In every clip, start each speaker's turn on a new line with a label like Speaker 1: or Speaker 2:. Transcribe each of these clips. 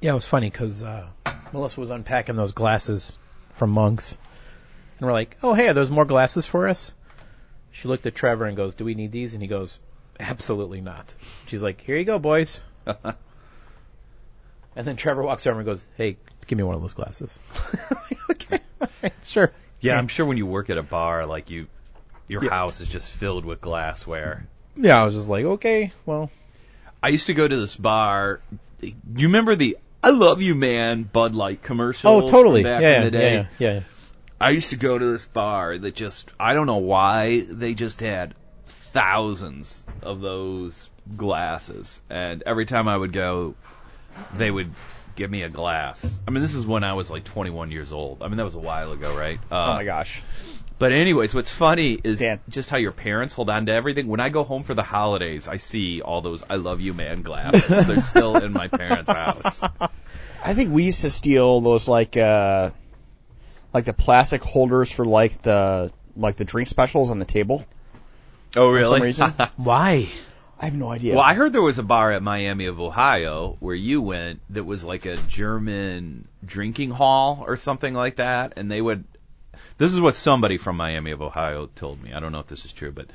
Speaker 1: Yeah, it was funny because uh, Melissa was unpacking those glasses from Monks, and we're like, "Oh, hey, are those more glasses for us?" She looked at Trevor and goes, "Do we need these?" And he goes, "Absolutely not." She's like, "Here you go, boys." and then Trevor walks over and goes, "Hey, give me one of those glasses." okay, all right, sure.
Speaker 2: Yeah, I'm sure when you work at a bar, like you, your house is just filled with glassware.
Speaker 1: Yeah, I was just like, okay, well,
Speaker 2: I used to go to this bar. You remember the "I love you, man" Bud Light commercials?
Speaker 1: oh, totally.
Speaker 2: from Back
Speaker 1: yeah,
Speaker 2: in the day.
Speaker 1: yeah, yeah, yeah.
Speaker 2: I used to go to this bar that just I don't know why they just had thousands of those glasses, and every time I would go, they would give me a glass. I mean, this is when I was like 21 years old. I mean, that was a while ago, right? Uh,
Speaker 1: Oh my gosh.
Speaker 2: But anyways, what's funny is
Speaker 1: Dan.
Speaker 2: just how your parents hold on to everything. When I go home for the holidays, I see all those "I love you, man" glasses. They're still in my parents' house. Oh,
Speaker 3: I think we used to steal those like uh like the plastic holders for like the like the drink specials on the table.
Speaker 2: Oh,
Speaker 3: For
Speaker 2: really?
Speaker 3: some reason.
Speaker 1: Why?
Speaker 3: I have no idea.
Speaker 2: Well, I heard there was a bar at Miami of Ohio where you went that was like a German drinking hall or something like that, and they would. This is what somebody from Miami of Ohio told me. I don't know if this is true, but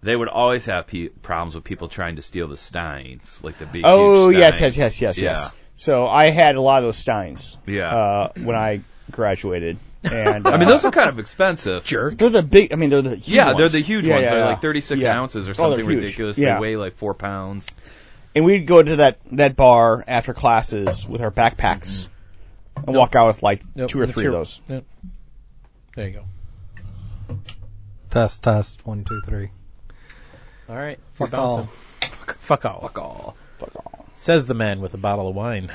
Speaker 2: they would always have pe- problems with people trying to steal the steins, like the big.
Speaker 3: Oh
Speaker 2: huge
Speaker 3: yes,
Speaker 2: steins.
Speaker 3: yes, yes, yes,
Speaker 2: Yeah.
Speaker 3: yes. So I had a lot of those steins.
Speaker 2: Yeah.
Speaker 3: Uh, when I graduated, and uh,
Speaker 2: I mean, those are kind of expensive. Sure.
Speaker 3: they're the big. I mean, they're the huge
Speaker 2: Yeah, they're
Speaker 3: ones.
Speaker 2: the huge
Speaker 3: Yeah,
Speaker 2: ones.
Speaker 3: yeah,
Speaker 2: they're
Speaker 3: yeah.
Speaker 2: like 36
Speaker 3: Yeah.
Speaker 2: ounces or
Speaker 3: Oh, they're
Speaker 2: something
Speaker 3: huge.
Speaker 2: ridiculous.
Speaker 3: Yeah.
Speaker 2: They weigh like four pounds.
Speaker 3: and we'd go to that that bar after classes with our backpacks and walk out with like
Speaker 1: Nope,
Speaker 3: two or
Speaker 1: that's
Speaker 3: three
Speaker 1: your-
Speaker 3: of those.
Speaker 1: Yep. There you go.
Speaker 4: Test, test, one, two, three.
Speaker 1: All right. you're
Speaker 4: Fuck
Speaker 1: bouncing.
Speaker 4: all.
Speaker 1: Fuck all.
Speaker 2: Fuck all.
Speaker 1: Says the man with a bottle of wine.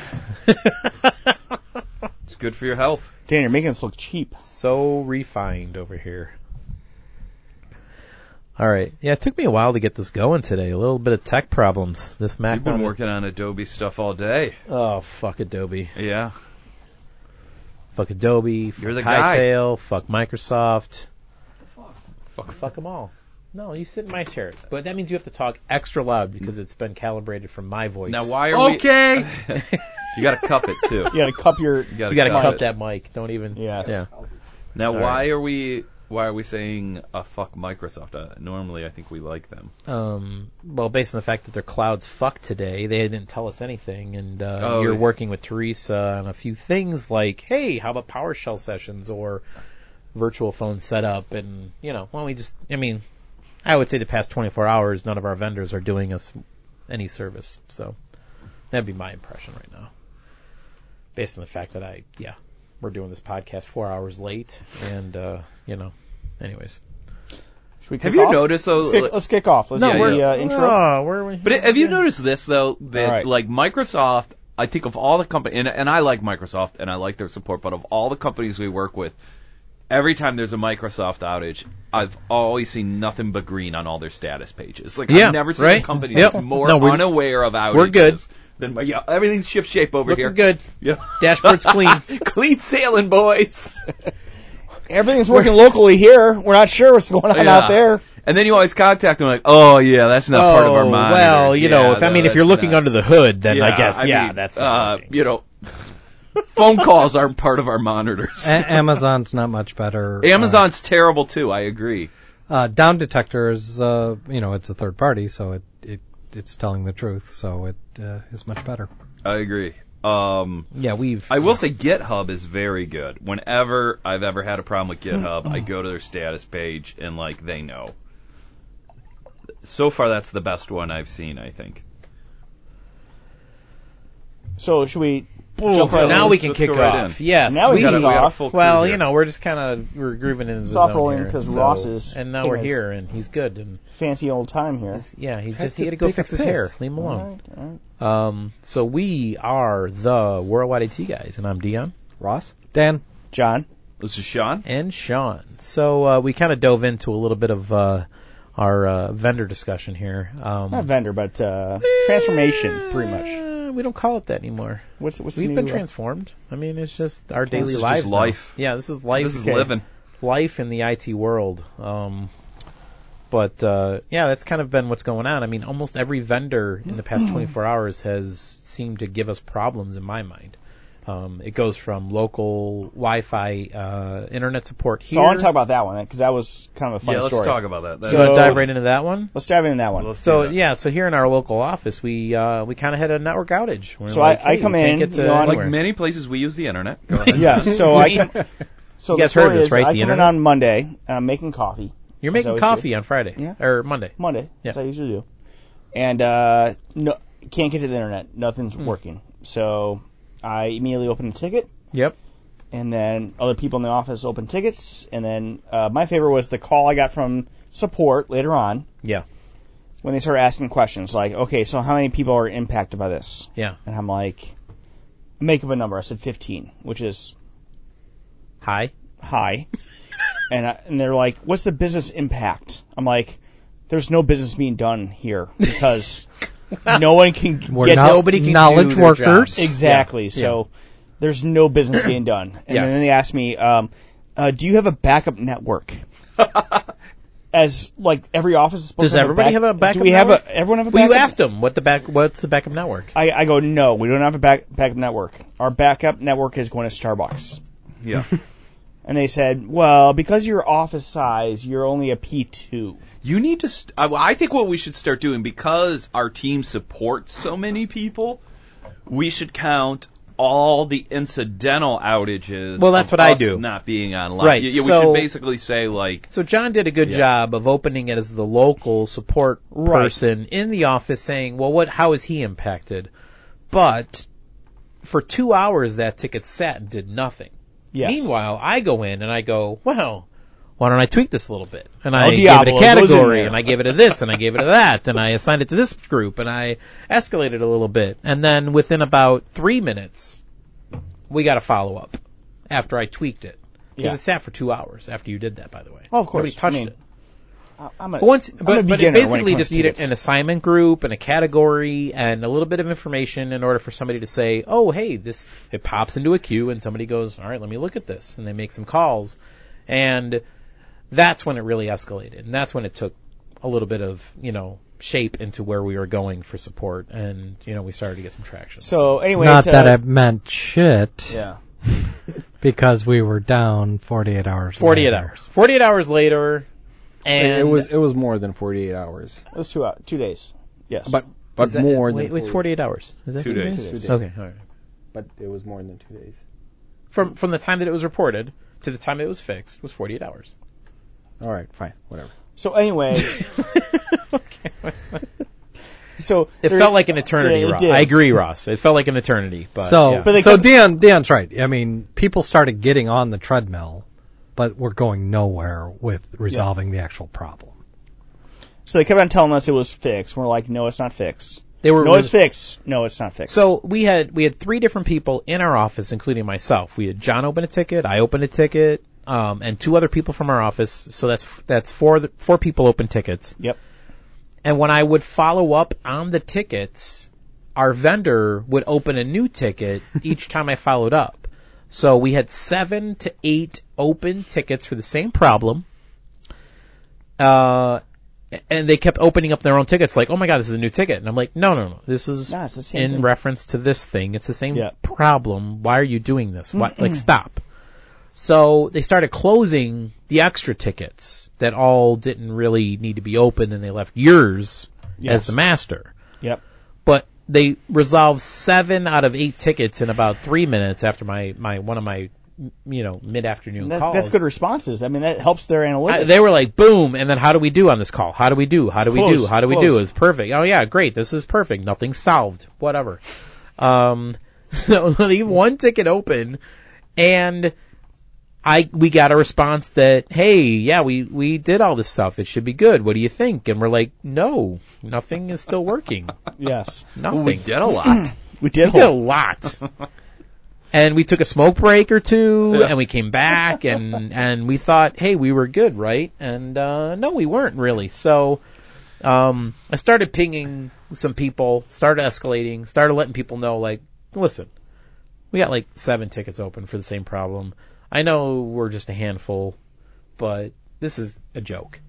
Speaker 2: It's good for your health.
Speaker 3: Dan, you're making this look cheap.
Speaker 1: so refined over here. All right. Yeah, it took me a while to get this going today. A little bit of tech problems. This Mac.
Speaker 2: You've been
Speaker 1: one-
Speaker 2: working on Adobe stuff all day.
Speaker 1: Oh fuck Adobe.
Speaker 2: Yeah.
Speaker 1: Fuck Adobe. Fuck
Speaker 2: You're the guy.
Speaker 1: Hightail. Fuck Microsoft. Fuck. Fuck them all. No, you sit in my chair. But that means you have to talk extra loud because it's been calibrated from my voice.
Speaker 2: Now, why are okay. we? Okay. you got to cup it too.
Speaker 3: You gotta cup your.
Speaker 2: got
Speaker 1: You gotta
Speaker 2: cup,
Speaker 1: cut
Speaker 2: it.
Speaker 1: that mic. Don't even.
Speaker 3: Yes.
Speaker 1: Yeah.
Speaker 2: Now,
Speaker 1: All
Speaker 2: why
Speaker 1: right.
Speaker 2: are we? Why are we saying uh, fuck Microsoft? Uh, normally, I think we like them.
Speaker 1: Um, well, based on the fact that their cloud's fucked today, they didn't tell us anything, and uh,
Speaker 2: Oh,
Speaker 1: you're
Speaker 2: yeah.
Speaker 1: working with Teresa on a few things like, hey, how about PowerShell sessions or virtual phone setup, and you know, well, we just, I mean, I would say the past 24 hours, none of our vendors are doing us any service, so that'd be my impression right now, based on the fact that I, yeah, we're doing this podcast four hours late, and uh, you know, anyways.
Speaker 3: Should we kick
Speaker 2: Have you
Speaker 3: off?
Speaker 2: noticed though?
Speaker 3: Let's kick, let's kick off. Let's
Speaker 2: No,
Speaker 3: do
Speaker 2: we're-
Speaker 3: the uh, intro.
Speaker 1: Oh, where are we?
Speaker 2: But have you noticed this though that
Speaker 3: All right.
Speaker 2: like Microsoft, I think of all the company and, and I like Microsoft and I like their support, but of all the companies we work with, every time there's a Microsoft outage, I've always seen nothing but green on all their status pages. Like
Speaker 1: Yeah,
Speaker 2: I've never seen a
Speaker 1: right?
Speaker 2: company
Speaker 1: Yep.
Speaker 2: that's more
Speaker 1: No, we're-
Speaker 2: unaware of outages
Speaker 1: we're good.
Speaker 2: than my, yeah, everything's ship shape over
Speaker 1: Looking
Speaker 2: here.
Speaker 1: good.
Speaker 2: Yeah.
Speaker 1: Dashboard's clean.
Speaker 2: Clean sailing, boys.
Speaker 3: Everything's working locally here. We're not sure what's going on
Speaker 2: Yeah.
Speaker 3: out there.
Speaker 2: And then you always contact them like, oh yeah, that's not part of our
Speaker 1: Oh,
Speaker 2: mind.
Speaker 1: Well, you know, if I mean, if you're looking under the hood, then I
Speaker 2: Yeah,
Speaker 1: guess, yeah,
Speaker 2: mean,
Speaker 1: that's.
Speaker 2: uh, you know, phone calls aren't part of our monitors.
Speaker 4: A- Amazon's not much better.
Speaker 2: Amazon's terrible too. I agree.
Speaker 4: Uh, uh, Down Detector is, uh, you know, it's a third party, so it, it it's telling the truth, so it uh, is much better.
Speaker 2: I agree. Um,
Speaker 1: yeah, we've.
Speaker 2: I will say GitHub is very good. Whenever I've ever had a problem with GitHub, I go to their status page and like they know. So far, that's the best one I've seen. I think.
Speaker 3: So should we?
Speaker 1: Ooh,
Speaker 3: jump right
Speaker 1: now
Speaker 3: in?
Speaker 1: we can
Speaker 2: Let's
Speaker 1: kick
Speaker 2: go right
Speaker 1: off.
Speaker 2: in.
Speaker 1: Yes,
Speaker 3: Now we
Speaker 1: we
Speaker 3: can
Speaker 2: Gotta-
Speaker 3: kick
Speaker 2: we got a
Speaker 3: off.
Speaker 2: full crew
Speaker 1: Well,
Speaker 2: here.
Speaker 1: you know, we're just kind of we're grooving into the
Speaker 3: Soft
Speaker 1: zone
Speaker 3: rolling
Speaker 1: here,
Speaker 3: 'cause
Speaker 1: so-
Speaker 3: Ross is
Speaker 1: and now
Speaker 3: taking
Speaker 1: we're
Speaker 3: his-
Speaker 1: here, and he's good, and
Speaker 3: Fancy old time here.
Speaker 1: yeah, he just
Speaker 4: to
Speaker 1: he had to go
Speaker 4: take a
Speaker 1: fix his
Speaker 4: piss.
Speaker 1: hair. Leave him
Speaker 3: All
Speaker 1: alone.
Speaker 3: right, all right.
Speaker 1: Um, so we are the Worldwide IT guys, and I'm Dion.
Speaker 4: Ross? Dan?
Speaker 3: John.
Speaker 2: This is Sean.
Speaker 1: and Sean. So uh, we kind of dove into a little bit of uh, our uh, vendor discussion here. Um,
Speaker 3: Not vendor, but uh, transformation, pretty much.
Speaker 1: eh, we don't call it that anymore.
Speaker 3: What's what's the
Speaker 1: We've
Speaker 3: new,
Speaker 1: been
Speaker 3: uh,
Speaker 1: transformed. I mean, it's just our
Speaker 2: this
Speaker 1: daily
Speaker 2: is just
Speaker 1: lives. now.
Speaker 2: life.
Speaker 1: Yeah, this is life.
Speaker 2: This is
Speaker 3: Okay.
Speaker 2: living.
Speaker 1: life in the IT world. Um, But uh, yeah, that's kind of been what's going on. I mean, almost every vendor in the past 24 hours has seemed to give us problems in my mind. Um, it goes from local Wi-Fi uh, internet support here.
Speaker 5: So I want to talk about that one because that was kind of a fun
Speaker 2: yeah, let's
Speaker 5: story.
Speaker 2: talk about that. That-
Speaker 1: you want
Speaker 5: So-
Speaker 1: to dive right into that one?
Speaker 5: Let's dive into that one.
Speaker 2: let's
Speaker 1: So
Speaker 2: do that.
Speaker 1: yeah, so here in our local office, we uh, we kind of had a network outage. We're
Speaker 5: So
Speaker 1: like,
Speaker 5: I- I
Speaker 1: hey,
Speaker 5: come
Speaker 1: we can't
Speaker 5: in,
Speaker 1: get to
Speaker 5: you know, I'm-
Speaker 2: like
Speaker 1: anywhere.
Speaker 2: many places, we use the internet. Go ahead.
Speaker 5: yeah. So I can. So
Speaker 1: You
Speaker 5: the
Speaker 1: guys heard
Speaker 5: story
Speaker 1: this,
Speaker 5: is
Speaker 1: right?
Speaker 5: I
Speaker 1: The
Speaker 5: come in
Speaker 1: internet?
Speaker 5: on Monday and I'm making coffee.
Speaker 1: You're
Speaker 5: I
Speaker 1: making
Speaker 5: always do.
Speaker 1: coffee on Friday
Speaker 5: Yeah.
Speaker 1: or Monday.
Speaker 5: Monday,
Speaker 1: Yeah.
Speaker 5: as I usually do. And uh, no, can't get to the internet. Nothing's working. So I immediately open a ticket,
Speaker 1: Yep.
Speaker 5: and then other people in the office open tickets, and then uh, my favorite was the call I got from support later on
Speaker 1: Yeah.
Speaker 5: when they started asking questions like, okay, so how many people are impacted by this?
Speaker 1: Yeah.
Speaker 5: And I'm like, make up a number. I said 15, which is
Speaker 1: Hi.
Speaker 5: high. and I, and they're like, "What's the business impact?" I'm like, "There's no business being done here because no one can
Speaker 4: We're
Speaker 5: get
Speaker 4: not-
Speaker 5: to,
Speaker 1: Nobody can
Speaker 4: knowledge
Speaker 1: do their
Speaker 4: workers.
Speaker 1: jobs.
Speaker 5: exactly." So there's no business being done. And
Speaker 1: Yes.
Speaker 5: then they asked me, um, uh, "Do you have a backup network?" As like every office is supposed
Speaker 1: Does
Speaker 5: to have
Speaker 1: everybody
Speaker 5: a
Speaker 1: have a
Speaker 5: back-
Speaker 1: backup
Speaker 5: Do we have
Speaker 1: network?
Speaker 5: a everyone have a
Speaker 1: Well,
Speaker 5: backup?
Speaker 1: you asked them what the back what's the backup network.
Speaker 5: I, I go, "No, we don't have a back, backup network. Our backup network is going to Starbucks."
Speaker 2: yeah.
Speaker 5: And they said, "Well, because of your office size, you're only a P2."
Speaker 2: You need to. St- I, well, I think what we should start doing because our team supports so many people, we should count all the incidental outages.
Speaker 1: Well, that's
Speaker 2: of
Speaker 1: what I
Speaker 2: us
Speaker 1: do.
Speaker 2: Not being online.
Speaker 1: Right,
Speaker 2: Yeah, yeah, we
Speaker 1: so-
Speaker 2: should basically say like,
Speaker 1: So John did a good
Speaker 2: Yeah.
Speaker 1: job of opening it as the local support
Speaker 5: Right.
Speaker 1: person in the office saying, "Well, what how is he impacted?" But for 2 hours that ticket sat and did nothing.
Speaker 5: Yes.
Speaker 1: Meanwhile, I go in and I go, "Well, why don't I tweak this a little bit?" And I
Speaker 5: Oh,
Speaker 1: gave it
Speaker 5: Diablo,
Speaker 1: a
Speaker 5: it goes in
Speaker 1: category,
Speaker 5: there.
Speaker 1: and I gave it a this, and I gave it a that, and I assigned it to this group, and I escalated a little bit, and then within about three minutes, we got a follow up after I tweaked it because
Speaker 5: Yeah.
Speaker 1: it sat for two hours after you did that, by the way.
Speaker 5: Oh, of course.
Speaker 1: nobody touched
Speaker 5: I mean,
Speaker 1: it.
Speaker 5: I- I'm a,
Speaker 1: But once,
Speaker 5: I'm a
Speaker 1: but, but
Speaker 5: beginner
Speaker 1: it
Speaker 5: when it
Speaker 1: basically
Speaker 5: comes
Speaker 1: just
Speaker 5: to
Speaker 1: needed
Speaker 5: tickets.
Speaker 1: an assignment group and a category and a little bit of information in order for somebody to say, oh, hey, this, it pops into a queue and somebody goes, all right, let me look at this. And they make some calls. And that's when it really escalated. And that's when it took a little bit of, you know, shape into where we were going for support. And, you know, we started to get some traction.
Speaker 5: So anyway,
Speaker 4: Not
Speaker 5: to-
Speaker 4: that it meant shit,
Speaker 5: Yeah.
Speaker 4: because we were down 48 hours.
Speaker 1: 48
Speaker 4: later.
Speaker 1: hours. 48 hours later. And
Speaker 6: it was it was more than 48 hours,
Speaker 5: It was two hours, two days. Yes.
Speaker 6: but but
Speaker 1: Is that-
Speaker 6: more
Speaker 1: wait,
Speaker 6: than
Speaker 1: it's 48 hours. Is that
Speaker 2: Two
Speaker 1: what it
Speaker 2: days.
Speaker 1: is?
Speaker 6: Two days.
Speaker 1: Okay, all right.
Speaker 6: But it was more than two days.
Speaker 1: From from the time that it was reported to the time it was fixed was 48 hours.
Speaker 6: All right, fine, whatever.
Speaker 5: so anyway,
Speaker 1: okay. what's that?
Speaker 5: so
Speaker 1: It felt like an eternity,
Speaker 5: Yeah, it
Speaker 1: Ross.
Speaker 5: did.
Speaker 1: I agree, Ross. It felt like an eternity, but
Speaker 4: so,
Speaker 1: yeah.
Speaker 5: But they
Speaker 4: so
Speaker 5: kept-
Speaker 4: Dan, Dan's right. I mean, people started getting on the treadmill, but we're going nowhere with resolving the actual problem.
Speaker 5: so they kept on telling us it was fixed. We're like, no, it's not fixed.
Speaker 1: they were
Speaker 5: No, it's fixed. No, it's not fixed.
Speaker 1: So we had we had three different people in our office, including myself. We had John open a ticket, I opened a ticket, um, and two other people from our office. So that's that's four four people open tickets.
Speaker 5: Yep.
Speaker 1: And when I would follow up on the tickets, our vendor would open a new ticket each time I followed up. So we had seven to eight open tickets for the same problem. Uh, and they kept opening up their own tickets, like, "Oh my god, this is a new ticket," and I'm like, "No, no, no, this is
Speaker 5: No, it's the same
Speaker 1: in
Speaker 5: thing.
Speaker 1: reference to this thing. It's the same
Speaker 5: Yeah.
Speaker 1: problem. Why are you doing this? Why, like, stop." So they started closing the extra tickets that all didn't really need to be open, and they left yours as
Speaker 5: Yes.
Speaker 1: the master.
Speaker 5: Yep.
Speaker 1: But they resolved seven out of eight tickets in about three minutes after my, my one of my you know mid afternoon
Speaker 5: That,
Speaker 1: calls.
Speaker 5: that's good responses. I mean, that helps their analytics.
Speaker 1: I- they were like, boom, and then how do we do on this call? How do we do? How do we do?
Speaker 5: Close,
Speaker 1: How do we
Speaker 5: close.
Speaker 1: do? It's perfect. Oh yeah, great. This is perfect. Nothing's solved. Whatever. Um, so leave one ticket open, and I we got a response that hey, yeah, we we did all this stuff. It should be good. What do you think? And we're like, no, nothing is still working.
Speaker 5: yes.
Speaker 1: Nothing.
Speaker 2: well, we did a lot.
Speaker 5: We did.
Speaker 1: We did a
Speaker 5: hold.
Speaker 1: lot. and we took a smoke break or two, and we came back, and and we thought, hey, we were good, right? And uh, no, we weren't really. So um, I started pinging some people, started escalating, started letting people know, like, listen, we got like seven tickets open for the same problem. I know we're just a handful, but this is a joke.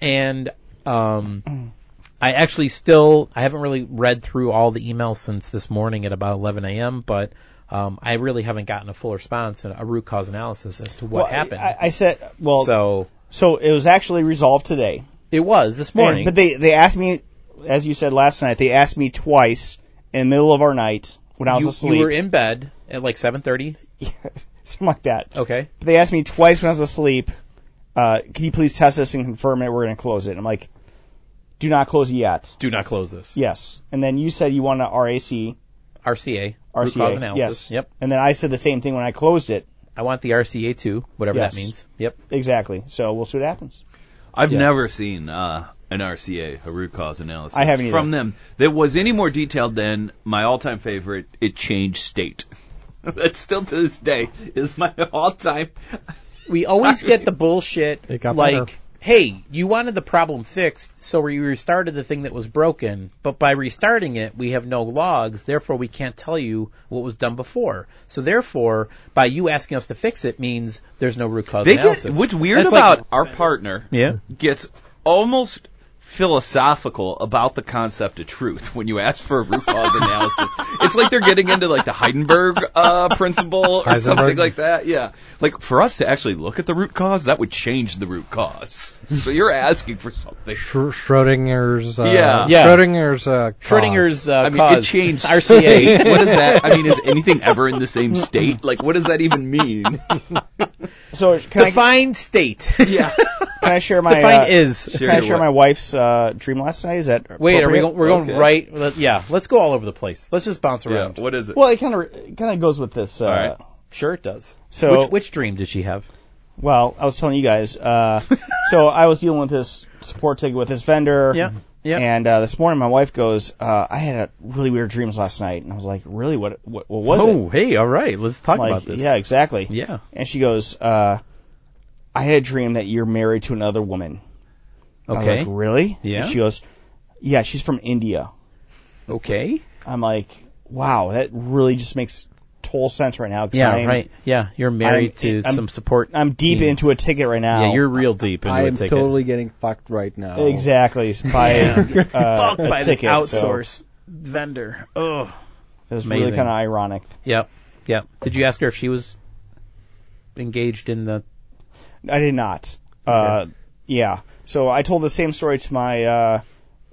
Speaker 1: and um, I actually still I haven't really read through all the emails since this morning at about 11 a.m. But um, I really haven't gotten a full response and a root cause analysis as to what
Speaker 5: Well,
Speaker 1: happened.
Speaker 5: I, I said, well, so,
Speaker 1: so
Speaker 5: it was actually resolved today.
Speaker 1: it was this morning.
Speaker 5: But they, they asked me, as you said last night, they asked me twice in the middle of our night when I was
Speaker 1: you,
Speaker 5: asleep,
Speaker 1: you were in bed at like 7:30.
Speaker 5: something like that.
Speaker 1: Okay.
Speaker 5: But they asked me twice when I was asleep, uh, can you please test this and confirm it? We're going to close it. And I'm like, do not close it yet.
Speaker 1: Do not close this.
Speaker 5: Yes. And then you said you want a RAC.
Speaker 1: RCA. Root
Speaker 5: RCA,
Speaker 1: cause analysis.
Speaker 5: yes.
Speaker 1: Yep.
Speaker 5: And then I said the same thing when I closed it.
Speaker 1: I want the RCA too, whatever
Speaker 5: Yes.
Speaker 1: that means. Yep.
Speaker 5: Exactly. So we'll see what happens.
Speaker 2: I've
Speaker 1: Yeah.
Speaker 2: never seen uh, an RCA, a root cause analysis,
Speaker 5: I haven't either.
Speaker 2: from them that was any more detailed than my all-time favorite. It changed state. that still to this day is my all-time.
Speaker 1: We always
Speaker 2: Ah.
Speaker 1: get the bullshit
Speaker 4: It got
Speaker 1: like,
Speaker 4: better.
Speaker 1: hey, you wanted the problem fixed, so we restarted the thing that was broken, but by restarting it, we have no logs, therefore we can't tell you what was done before. So therefore, by you asking us to fix it means there's no root cause
Speaker 2: They get
Speaker 1: analysis.
Speaker 2: what's weird
Speaker 1: That's like-
Speaker 2: about our partner.
Speaker 1: yeah.
Speaker 2: gets almost philosophical about the concept of truth when you ask for a root cause analysis. It's like they're getting into like the Heidenberg uh, principle or something
Speaker 4: Heisenberg.
Speaker 2: like that. Yeah. Like for us to actually look at the root cause, that would change the root cause. So you're asking for something.
Speaker 4: Schro- Schrodinger's. Uh,
Speaker 2: Yeah.
Speaker 1: Yeah.
Speaker 4: Schrodinger's. Uh, cause.
Speaker 1: Schrodinger's uh,
Speaker 2: I mean,
Speaker 1: cause
Speaker 2: it changed
Speaker 1: RCA.
Speaker 2: What is that? I mean, is anything ever in the same state? Like, what does that even mean?
Speaker 5: So can I,
Speaker 1: Define state.
Speaker 2: Yeah.
Speaker 5: can I share my,
Speaker 1: Define
Speaker 5: uh,
Speaker 1: is.
Speaker 2: Sure.
Speaker 5: can I share my wife's, uh, dream last night? Is that
Speaker 1: Wait, are we
Speaker 5: appropriate?
Speaker 1: going, we're going
Speaker 2: Okay.
Speaker 1: right? let- yeah, let's go all over the place. Let's just bounce
Speaker 2: Yeah.
Speaker 1: around.
Speaker 2: What is it?
Speaker 5: Well, it kind of, it kind of goes with this, uh,
Speaker 2: right.
Speaker 1: Sure, it does.
Speaker 5: so.
Speaker 1: which, which dream did she have?
Speaker 5: Well, I was telling you guys. Uh, so I was dealing with this support ticket with this vendor.
Speaker 1: Yeah, yeah.
Speaker 5: And uh, this morning, my wife goes, uh, "I had a really weird dreams last night," and I was like, "Really? What? What, what was it?"
Speaker 1: Oh, hey, all right. Let's talk
Speaker 5: I'm like,
Speaker 1: about this.
Speaker 5: Yeah, exactly.
Speaker 1: Yeah.
Speaker 5: And she goes, uh, "I had a dream that you're married to another woman." I was
Speaker 1: Okay.
Speaker 5: like, really?
Speaker 1: Yeah.
Speaker 5: And she goes, "Yeah, she's from India."
Speaker 1: Okay.
Speaker 5: I'm like, "Wow, that really just makes total sense right now." 'cause
Speaker 1: Yeah,
Speaker 5: I'm,
Speaker 1: right. Yeah, you're married
Speaker 5: I'm-
Speaker 1: to
Speaker 5: I'm-
Speaker 1: some support.
Speaker 5: I'm deep
Speaker 1: team.
Speaker 5: into a ticket right now.
Speaker 1: Yeah, you're real deep into
Speaker 6: I
Speaker 1: a
Speaker 6: am
Speaker 1: ticket.
Speaker 6: totally getting fucked right now.
Speaker 5: Exactly. By, uh,
Speaker 1: fucked
Speaker 5: a
Speaker 1: by this
Speaker 5: ticket, so
Speaker 1: outsource vendor. Oh.
Speaker 5: It's
Speaker 1: Amazing.
Speaker 5: really kind of ironic.
Speaker 1: Yep. Yep. Did you ask her if she was engaged in the?
Speaker 5: I did not. Uh, yeah. So I told the same story to my uh,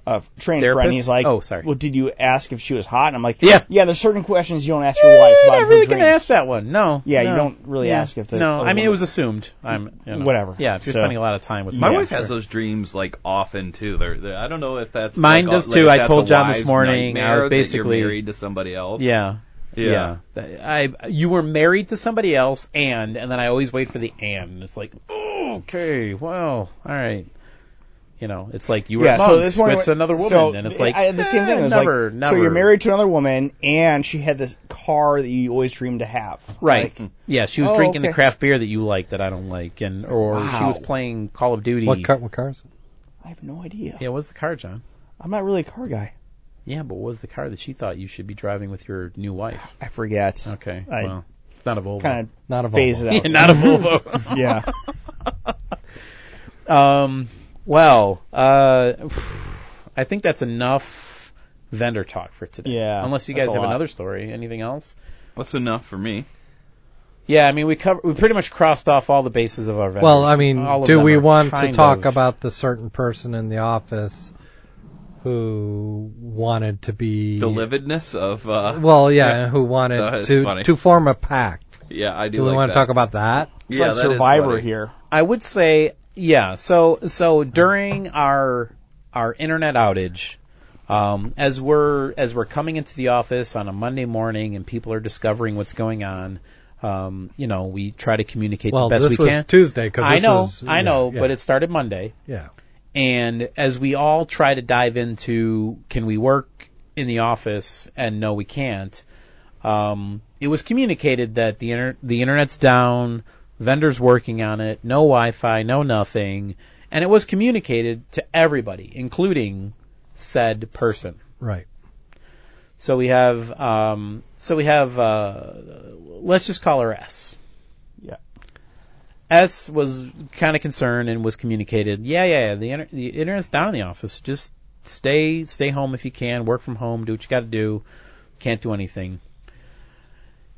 Speaker 5: uh, training friend.
Speaker 1: Therapist?
Speaker 5: He's like,
Speaker 1: Oh, sorry.
Speaker 5: Well, did you ask if she was hot? And I'm like,
Speaker 1: Yeah.
Speaker 5: Yeah. There's certain questions you don't ask your wife about
Speaker 1: I'm not really
Speaker 5: going
Speaker 1: gonna ask that one. No.
Speaker 5: Yeah, you
Speaker 1: no.
Speaker 5: don't really
Speaker 1: Yeah.
Speaker 5: ask if the
Speaker 1: No,
Speaker 5: other
Speaker 1: I mean it
Speaker 5: woman-
Speaker 1: was assumed. I'm you know.
Speaker 5: Whatever.
Speaker 1: Yeah, if you're
Speaker 5: So-
Speaker 1: spending a lot of time with
Speaker 2: My
Speaker 5: Yeah,
Speaker 2: wife has those dreams like often too. They're, they're, I don't know if that's
Speaker 1: Mine
Speaker 2: like,
Speaker 1: does,
Speaker 2: like,
Speaker 1: too.
Speaker 2: if
Speaker 1: I
Speaker 2: that's
Speaker 1: told
Speaker 2: a
Speaker 1: John this
Speaker 2: wife's
Speaker 1: morning, I
Speaker 2: nightmare
Speaker 1: was
Speaker 2: that you're
Speaker 1: basically-
Speaker 2: married to somebody else.
Speaker 1: Yeah.
Speaker 2: Yeah.
Speaker 1: Th- I you were married to somebody else and and then I always wait for the and. It's like okay, wow, all right. You know, it's like you were
Speaker 5: Yeah.
Speaker 1: yeah,
Speaker 5: So this morning,
Speaker 1: with another woman
Speaker 5: so
Speaker 1: and it's like
Speaker 5: I had the same
Speaker 1: eh,
Speaker 5: thing. It was
Speaker 1: never,
Speaker 5: like,
Speaker 1: never.
Speaker 5: So you're married to another woman, and she had this car that you always dreamed to have.
Speaker 1: Right. Mm-hmm.
Speaker 5: Like,
Speaker 1: yeah, she was
Speaker 5: Oh,
Speaker 1: drinking the
Speaker 5: okay.
Speaker 1: craft beer that you like that I don't like and or she was
Speaker 5: Wow.
Speaker 1: playing Call of Duty.
Speaker 4: What car? What car is it?
Speaker 5: I have no idea.
Speaker 1: Yeah, what was the car, John?
Speaker 5: I'm not really a car guy.
Speaker 1: Yeah, but what was the car that she thought you should be driving with your new wife?
Speaker 5: I forget.
Speaker 1: Okay.
Speaker 5: I-
Speaker 1: well, it's not a Volvo.
Speaker 5: Kind
Speaker 4: Not a
Speaker 5: of phase
Speaker 4: Volvo.
Speaker 5: it out.
Speaker 1: Yeah, not a Volvo.
Speaker 5: yeah.
Speaker 1: Um, well, uh, I think that's enough vendor talk for today.
Speaker 5: Yeah,
Speaker 1: Unless you
Speaker 5: that's
Speaker 1: guys
Speaker 5: a
Speaker 1: have
Speaker 5: lot.
Speaker 1: another story. Anything else?
Speaker 2: That's enough for me.
Speaker 1: Yeah, I mean, we cover, we pretty much crossed off all the bases of our vendors.
Speaker 4: Well, I mean,
Speaker 1: All of
Speaker 4: do
Speaker 1: them
Speaker 4: we
Speaker 1: are
Speaker 4: want to
Speaker 1: kind
Speaker 4: talk
Speaker 1: of-
Speaker 4: about the certain person in the office who wanted to be
Speaker 2: The lividness of uh,
Speaker 4: Well, yeah, and who wanted
Speaker 2: That's
Speaker 4: to
Speaker 2: funny.
Speaker 4: to form a pact.
Speaker 2: yeah, I do.
Speaker 4: Do, we
Speaker 2: like
Speaker 4: want to talk about that?
Speaker 5: It's
Speaker 2: yeah,
Speaker 5: like
Speaker 2: that is
Speaker 5: Survivor
Speaker 2: funny.
Speaker 5: here.
Speaker 1: I would say, yeah. So, so during our our internet outage, um, as we're as we're coming into the office on a Monday morning and people are discovering what's going on, um, you know, we try to communicate
Speaker 4: Well,
Speaker 1: the best
Speaker 4: this
Speaker 1: we
Speaker 4: was
Speaker 1: can.
Speaker 4: Tuesday because
Speaker 1: I know,
Speaker 4: was,
Speaker 1: I
Speaker 4: yeah,
Speaker 1: know,
Speaker 4: yeah,
Speaker 1: but it started Monday.
Speaker 4: yeah.
Speaker 1: And as we all try to dive into can we work in the office and no, we can't, um, it was communicated that the, inter- the internet's down, vendors working on it, no Wi Fi, no nothing. And it was communicated to everybody, including said person.
Speaker 4: Right.
Speaker 1: So we have, um, so we have, uh, let's just call her S.
Speaker 5: Yeah.
Speaker 1: S was kind of concerned and was communicated. Yeah, yeah, yeah, the, inter- the internet's down in the office. Just stay, stay home if you can. Work from home. Do what you got to do. Can't do anything.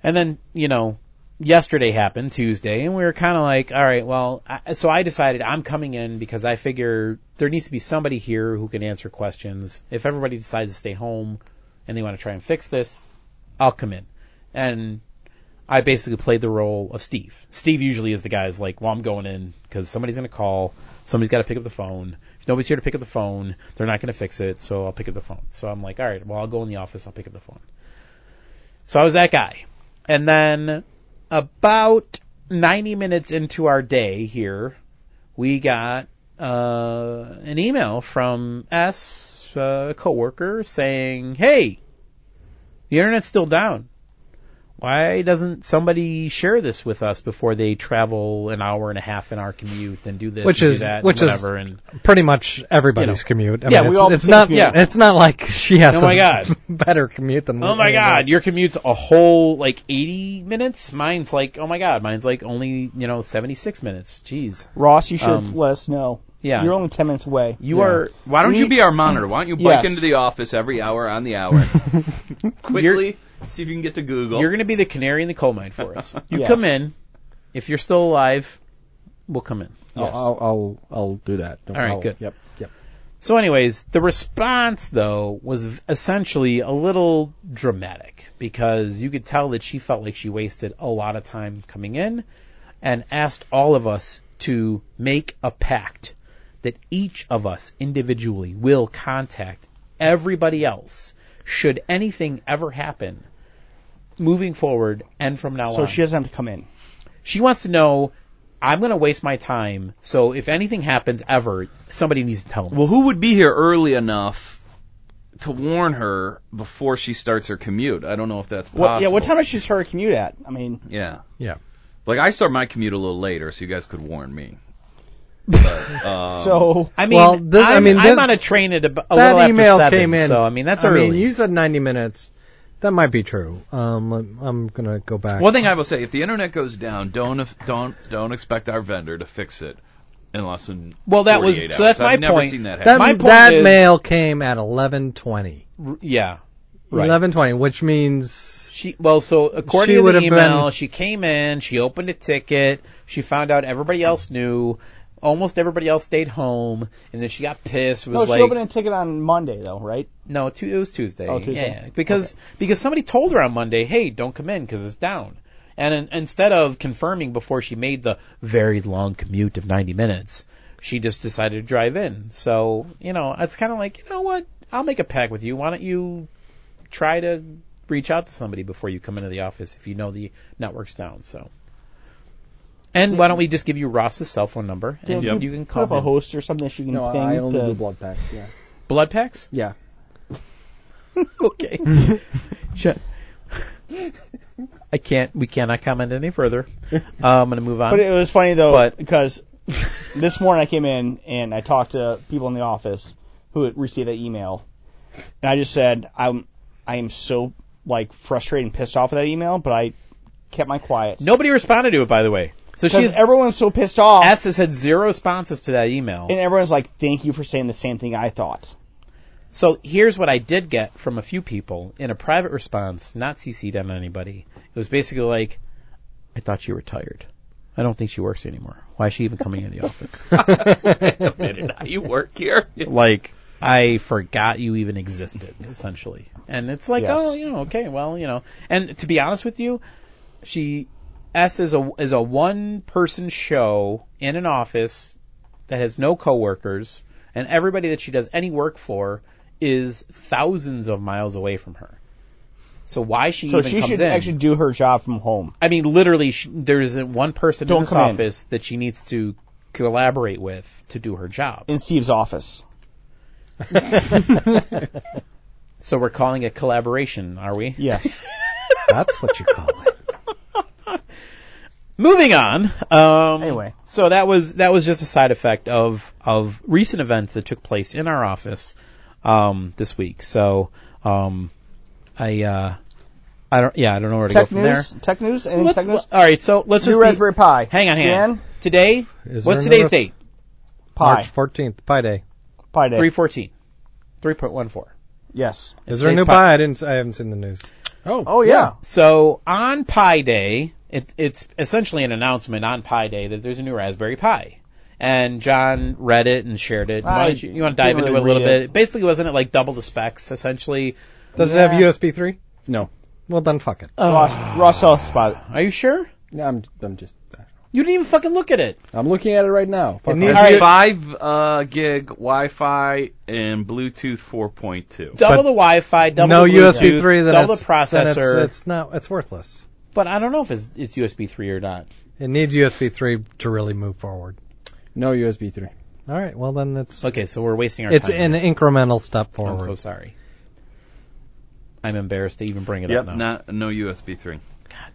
Speaker 1: And then you know, yesterday happened Tuesday, and we were kind of like, all right, well, I, so I decided I'm coming in because I figure there needs to be somebody here who can answer questions. If everybody decides to stay home and they want to try and fix this, I'll come in. And I basically played the role of Steve. Steve usually is the guy who's like, well, I'm going in because somebody's going to call. Somebody's got to pick up the phone. If nobody's here to pick up the phone, they're not going to fix it, so I'll pick up the phone. So I'm like, all right, well, I'll go in the office. I'll pick up the phone. So I was that guy. And then about 90 minutes into our day here, we got uh, an email from S, uh, a coworker, saying, "Hey, the internet's still down. Why doesn't somebody share this with us before they travel an hour and a half in our commute and do this
Speaker 4: Which
Speaker 1: and
Speaker 4: is-
Speaker 1: do that
Speaker 4: which
Speaker 1: and
Speaker 4: is-
Speaker 1: whatever?" and
Speaker 4: Pretty much everybody's
Speaker 1: You know.
Speaker 4: commute. I
Speaker 1: Yeah,
Speaker 4: mean,
Speaker 1: we
Speaker 4: it's,
Speaker 1: all
Speaker 4: it's
Speaker 1: have the same
Speaker 4: not.
Speaker 1: commute.
Speaker 4: It's not like she has.
Speaker 1: Oh
Speaker 4: some
Speaker 1: my God.
Speaker 4: better commute than.
Speaker 1: Oh
Speaker 4: we-
Speaker 1: my
Speaker 4: any of
Speaker 1: god,
Speaker 4: us.
Speaker 1: your commute's a whole like 80 minutes. Mine's like, oh my god, mine's like only you know 76 minutes. Jeez,
Speaker 5: Ross, you should
Speaker 1: Um,
Speaker 5: let us know.
Speaker 1: yeah.
Speaker 5: You're only 10 minutes away.
Speaker 1: you are
Speaker 2: Why don't
Speaker 5: We-
Speaker 2: you be our monitor? Why don't you bike
Speaker 5: Yes.
Speaker 2: into the office every hour on the hour? Quickly, see if you can get to Google.
Speaker 1: You're going to be the canary in the coal mine for us. You
Speaker 5: Yes.
Speaker 1: come in. If you're still alive, we'll come in.
Speaker 5: Yes.
Speaker 3: I'll, I'll I'll do that. Don't-
Speaker 1: All right,
Speaker 3: I'll-
Speaker 1: good.
Speaker 3: Yep, yep.
Speaker 1: So, anyways, the response though was essentially a little dramatic because you could tell that she felt like she wasted a lot of time coming in, and asked all of us to make a pact that each of us individually will contact everybody else should anything ever happen moving forward and from now
Speaker 5: So
Speaker 1: on.
Speaker 5: she doesn't have to come in.
Speaker 1: She wants to know. I'm gonna waste my time, so if anything happens ever, somebody needs to tell me.
Speaker 2: Well, who would be here early enough to warn her before she starts her commute? I don't know if that's possible.
Speaker 5: What, yeah, what time does she start her commute at? I mean,
Speaker 2: Yeah.
Speaker 4: Yeah.
Speaker 2: Like I start my commute a little later, so you guys could warn me. But, um,
Speaker 5: so
Speaker 1: I mean,
Speaker 4: Well, this-
Speaker 1: I'm,
Speaker 4: I mean,
Speaker 1: I'm
Speaker 4: this-
Speaker 1: on a train at about, a
Speaker 4: that
Speaker 1: little after
Speaker 4: email
Speaker 1: seven,
Speaker 4: came in.
Speaker 1: so I mean that's
Speaker 4: I
Speaker 1: early.
Speaker 4: mean, you said 90 minutes. That might be true. Um, I'm- I'm gonna go back.
Speaker 2: one thing I will say: if the internet goes down, don't don't don't expect our vendor to fix it unless in
Speaker 1: Well, that was-
Speaker 2: 48
Speaker 1: so that's
Speaker 2: hours. I've
Speaker 1: my
Speaker 2: never
Speaker 1: point.
Speaker 2: seen that happen.
Speaker 4: that
Speaker 1: my point
Speaker 4: that
Speaker 1: is-
Speaker 4: mail came at 11:20.
Speaker 1: R- yeah, Right.
Speaker 4: 11:20, which means
Speaker 1: she well, so according
Speaker 4: She
Speaker 1: to
Speaker 4: would
Speaker 1: the
Speaker 4: have
Speaker 1: email,
Speaker 4: been-
Speaker 1: she came in, she opened a ticket, she found out everybody else knew, almost everybody else stayed home, and then she got pissed. Was
Speaker 5: no,
Speaker 1: like,
Speaker 5: she opened a ticket on Monday though, right?
Speaker 1: No, tu- it was Tuesday.
Speaker 5: Oh, Tuesday.
Speaker 1: Yeah, because because somebody told her on Monday, hey, don't come in because it's down. And in, instead of confirming before she made the very long commute of 90 minutes, she just decided to drive in. So you know, it's kind of like you know what? I'll make a pact with you. Why don't you try to reach out to somebody before you come into the office if you know the network's down. So. And why don't we just give you Ross's cell phone number and
Speaker 5: Yep.
Speaker 1: you can
Speaker 5: Put
Speaker 1: call
Speaker 5: up a
Speaker 1: him.
Speaker 5: host or something that you can
Speaker 3: No,
Speaker 5: ping
Speaker 3: I only
Speaker 5: to-
Speaker 3: do blood packs. Yeah.
Speaker 1: Blood packs?
Speaker 3: Yeah.
Speaker 1: okay. Shut. I can't. We cannot comment any further. Uh, I'm going to move on.
Speaker 5: But it was funny though
Speaker 1: But-
Speaker 5: because this morning I came in and I talked to people in the office who had received that email, and I just said I'm I am so like frustrated and pissed off at that email, but I kept my quiet.
Speaker 1: Nobody responded to it, by the way. So
Speaker 5: because
Speaker 1: she's
Speaker 5: everyone's so pissed off,
Speaker 1: S has had zero responses to that email.
Speaker 5: and everyone's like, "Thank you for saying the same thing I thought."
Speaker 1: So here's what I did get from a few people in a private response, not CC'd on anybody. It was basically like, I thought you were tired. I don't think she works anymore. Why is she even coming into the office?
Speaker 2: you work here.
Speaker 1: like I forgot you even existed, essentially. And it's like,
Speaker 5: Yes.
Speaker 1: oh, you know, okay, well, you know. And to be honest with you, she S is a is a one person show in an office that has no coworkers, and everybody that she does any work for is thousands of miles away from her. So why she
Speaker 5: So
Speaker 1: even
Speaker 5: she
Speaker 1: comes
Speaker 5: should
Speaker 1: in?
Speaker 5: actually do her job from home.
Speaker 1: I mean, literally, sh there isn't one person
Speaker 5: Don't
Speaker 1: in this
Speaker 5: come in.
Speaker 1: office that she needs to collaborate with to do her job.
Speaker 5: In Steve's office.
Speaker 1: So we're calling it collaboration, are we?
Speaker 5: Yes.
Speaker 4: that's what you call it.
Speaker 1: Moving on. Um,
Speaker 5: Anyway.
Speaker 1: so that was that was just a side effect of of recent events that took place in our office um, this week. So um, I uh, I don't. Yeah, I don't know where to
Speaker 5: Tech
Speaker 1: go from
Speaker 5: news.
Speaker 1: there.
Speaker 5: Tech news. Anything
Speaker 1: Let's- uh,
Speaker 5: tech news?
Speaker 1: all right, so let's just
Speaker 5: New
Speaker 1: be-
Speaker 5: Raspberry Pi.
Speaker 1: Hang on, hang on.
Speaker 5: Dan,
Speaker 1: Today,
Speaker 4: Is
Speaker 1: what's
Speaker 4: there
Speaker 1: today's
Speaker 4: another-
Speaker 1: date?
Speaker 5: Pi.
Speaker 4: March 14th, Pi Day.
Speaker 5: Pi day.
Speaker 1: Three fourteen. Three point one four.
Speaker 5: Yes.
Speaker 4: Is there a
Speaker 1: Today's
Speaker 4: new
Speaker 1: Pi-
Speaker 4: Pi? I didn't. I haven't seen the news.
Speaker 5: Oh yeah.
Speaker 1: So on Pi Day, it, it's essentially an announcement on Pi Day that there's a new Raspberry Pi. And John read it and shared it. Why
Speaker 5: I
Speaker 1: don't you, you want to dive
Speaker 5: didn't
Speaker 1: into it a
Speaker 5: really
Speaker 1: little
Speaker 5: read it.
Speaker 1: bit? Basically, wasn't it like double the specs? Essentially,
Speaker 4: Does
Speaker 5: Yeah.
Speaker 4: it have USB 3?
Speaker 6: No.
Speaker 4: Well, then fuck it.
Speaker 1: Uh,
Speaker 5: Ross, Ross soft spot.
Speaker 1: are you sure?
Speaker 6: I'm, I'm just.
Speaker 1: You didn't even fucking look at it.
Speaker 6: I'm looking at it right now. Fuck
Speaker 4: needs-
Speaker 6: off.
Speaker 2: That's
Speaker 1: right.
Speaker 2: five uh, gig Wi-Fi and Bluetooth 4.2.
Speaker 1: Double
Speaker 4: But-
Speaker 1: the Wi-Fi, double
Speaker 4: no
Speaker 1: the Bluetooth,
Speaker 4: USB 3. Then
Speaker 1: double
Speaker 4: it's,
Speaker 1: the
Speaker 4: then it's-
Speaker 1: processor.
Speaker 4: it's not. It's worthless.
Speaker 1: but I don't know if it's, it's USB three or not.
Speaker 4: It needs USB 3 to really move forward.
Speaker 6: No USB 3.
Speaker 4: All right. Well, then it's
Speaker 1: Okay, so we're wasting our
Speaker 4: it's
Speaker 1: time.
Speaker 4: an incremental step
Speaker 1: I'm
Speaker 4: forward.
Speaker 1: so sorry. I'm embarrassed to even bring it
Speaker 2: Yep,
Speaker 1: up now.
Speaker 2: not no USB 3. God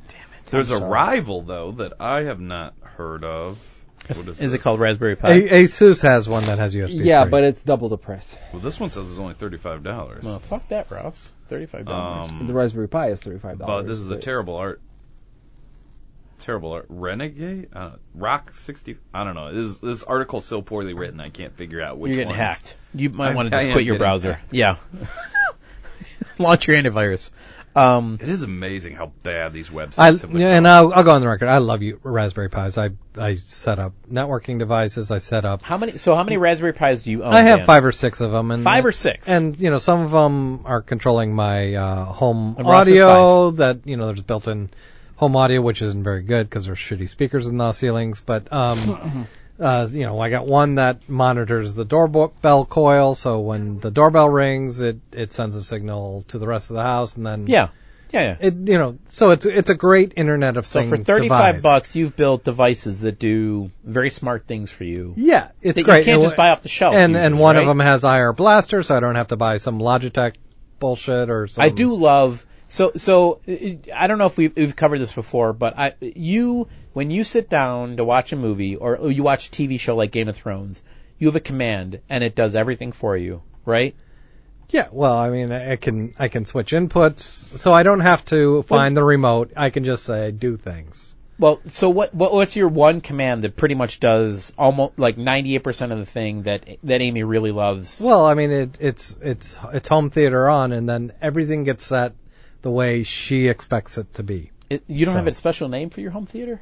Speaker 2: damn it. There's a rival though that I have not heard of. What
Speaker 1: is it
Speaker 2: this?
Speaker 1: called Raspberry Pi?
Speaker 4: A- Asus has one that has USB.
Speaker 6: Yeah,
Speaker 4: 3.
Speaker 6: but it's double the price.
Speaker 2: Well, this one says it's only thirty-five dollars.
Speaker 1: Well, fuck that, Ross. Thirty-five dollars.
Speaker 6: The
Speaker 2: Um,
Speaker 6: Raspberry Pi is $35.
Speaker 2: but this is a terrible art. Terrible art. Renegade? Uh, Rock 60. I don't know. This, this article's so poorly written, I can't figure out which
Speaker 1: You're getting
Speaker 2: ones.
Speaker 1: hacked. You might
Speaker 2: I-
Speaker 1: want to
Speaker 2: I
Speaker 1: just
Speaker 2: am
Speaker 1: quit your
Speaker 2: getting
Speaker 1: browser.
Speaker 2: hacked.
Speaker 1: Yeah. Launch your antivirus. Um,
Speaker 2: It is amazing how bad these websites
Speaker 4: I,
Speaker 2: have become.
Speaker 4: yeah, and I'll, I'll go on the record. I love you, Raspberry Pis. I I set up networking devices. I set up.
Speaker 1: how many? So how many Raspberry Pis do you own?
Speaker 4: I have
Speaker 1: Dan?
Speaker 4: five or six of them. And
Speaker 1: Five or six.
Speaker 4: And you know, some of them are controlling my uh, home
Speaker 1: And Ross is
Speaker 4: audio. That you know, there's built-in home audio, which isn't very good because there's shitty speakers in the ceilings. But um, uh, you know, I got one that monitors the doorbell coil, so when the doorbell rings, it it sends a signal to the rest of the house, and then
Speaker 1: yeah, yeah. yeah.
Speaker 4: It you know, so it's it's a great Internet of
Speaker 1: so
Speaker 4: Things
Speaker 1: for thirty-five
Speaker 4: device.
Speaker 1: bucks, you've built devices that do very smart things for you.
Speaker 4: Yeah, it's
Speaker 1: that
Speaker 4: great.
Speaker 1: you can't
Speaker 4: And
Speaker 1: just buy off the shelf.
Speaker 4: And
Speaker 1: usually,
Speaker 4: and one of
Speaker 1: right?
Speaker 4: them has IR blaster, so I don't have to buy some Logitech bullshit or some.
Speaker 1: I do love. So so i- I don't know if we've, we've covered this before, but I you when you sit down to watch a movie or you watch a TV show like Game of Thrones, you have a command and it does everything for you, right?
Speaker 4: Yeah, well, I mean, I I can I can switch inputs, so I don't have to find the remote. I can just say do things.
Speaker 1: Well, so what, what what's your one command that pretty much does almost like 98% of the thing that that Amy really loves?
Speaker 4: Well, I mean, it, it's it's it's home theater on, and then everything gets set the way she expects it to be.
Speaker 1: It- you don't
Speaker 4: so-
Speaker 1: have a special name for your home theater?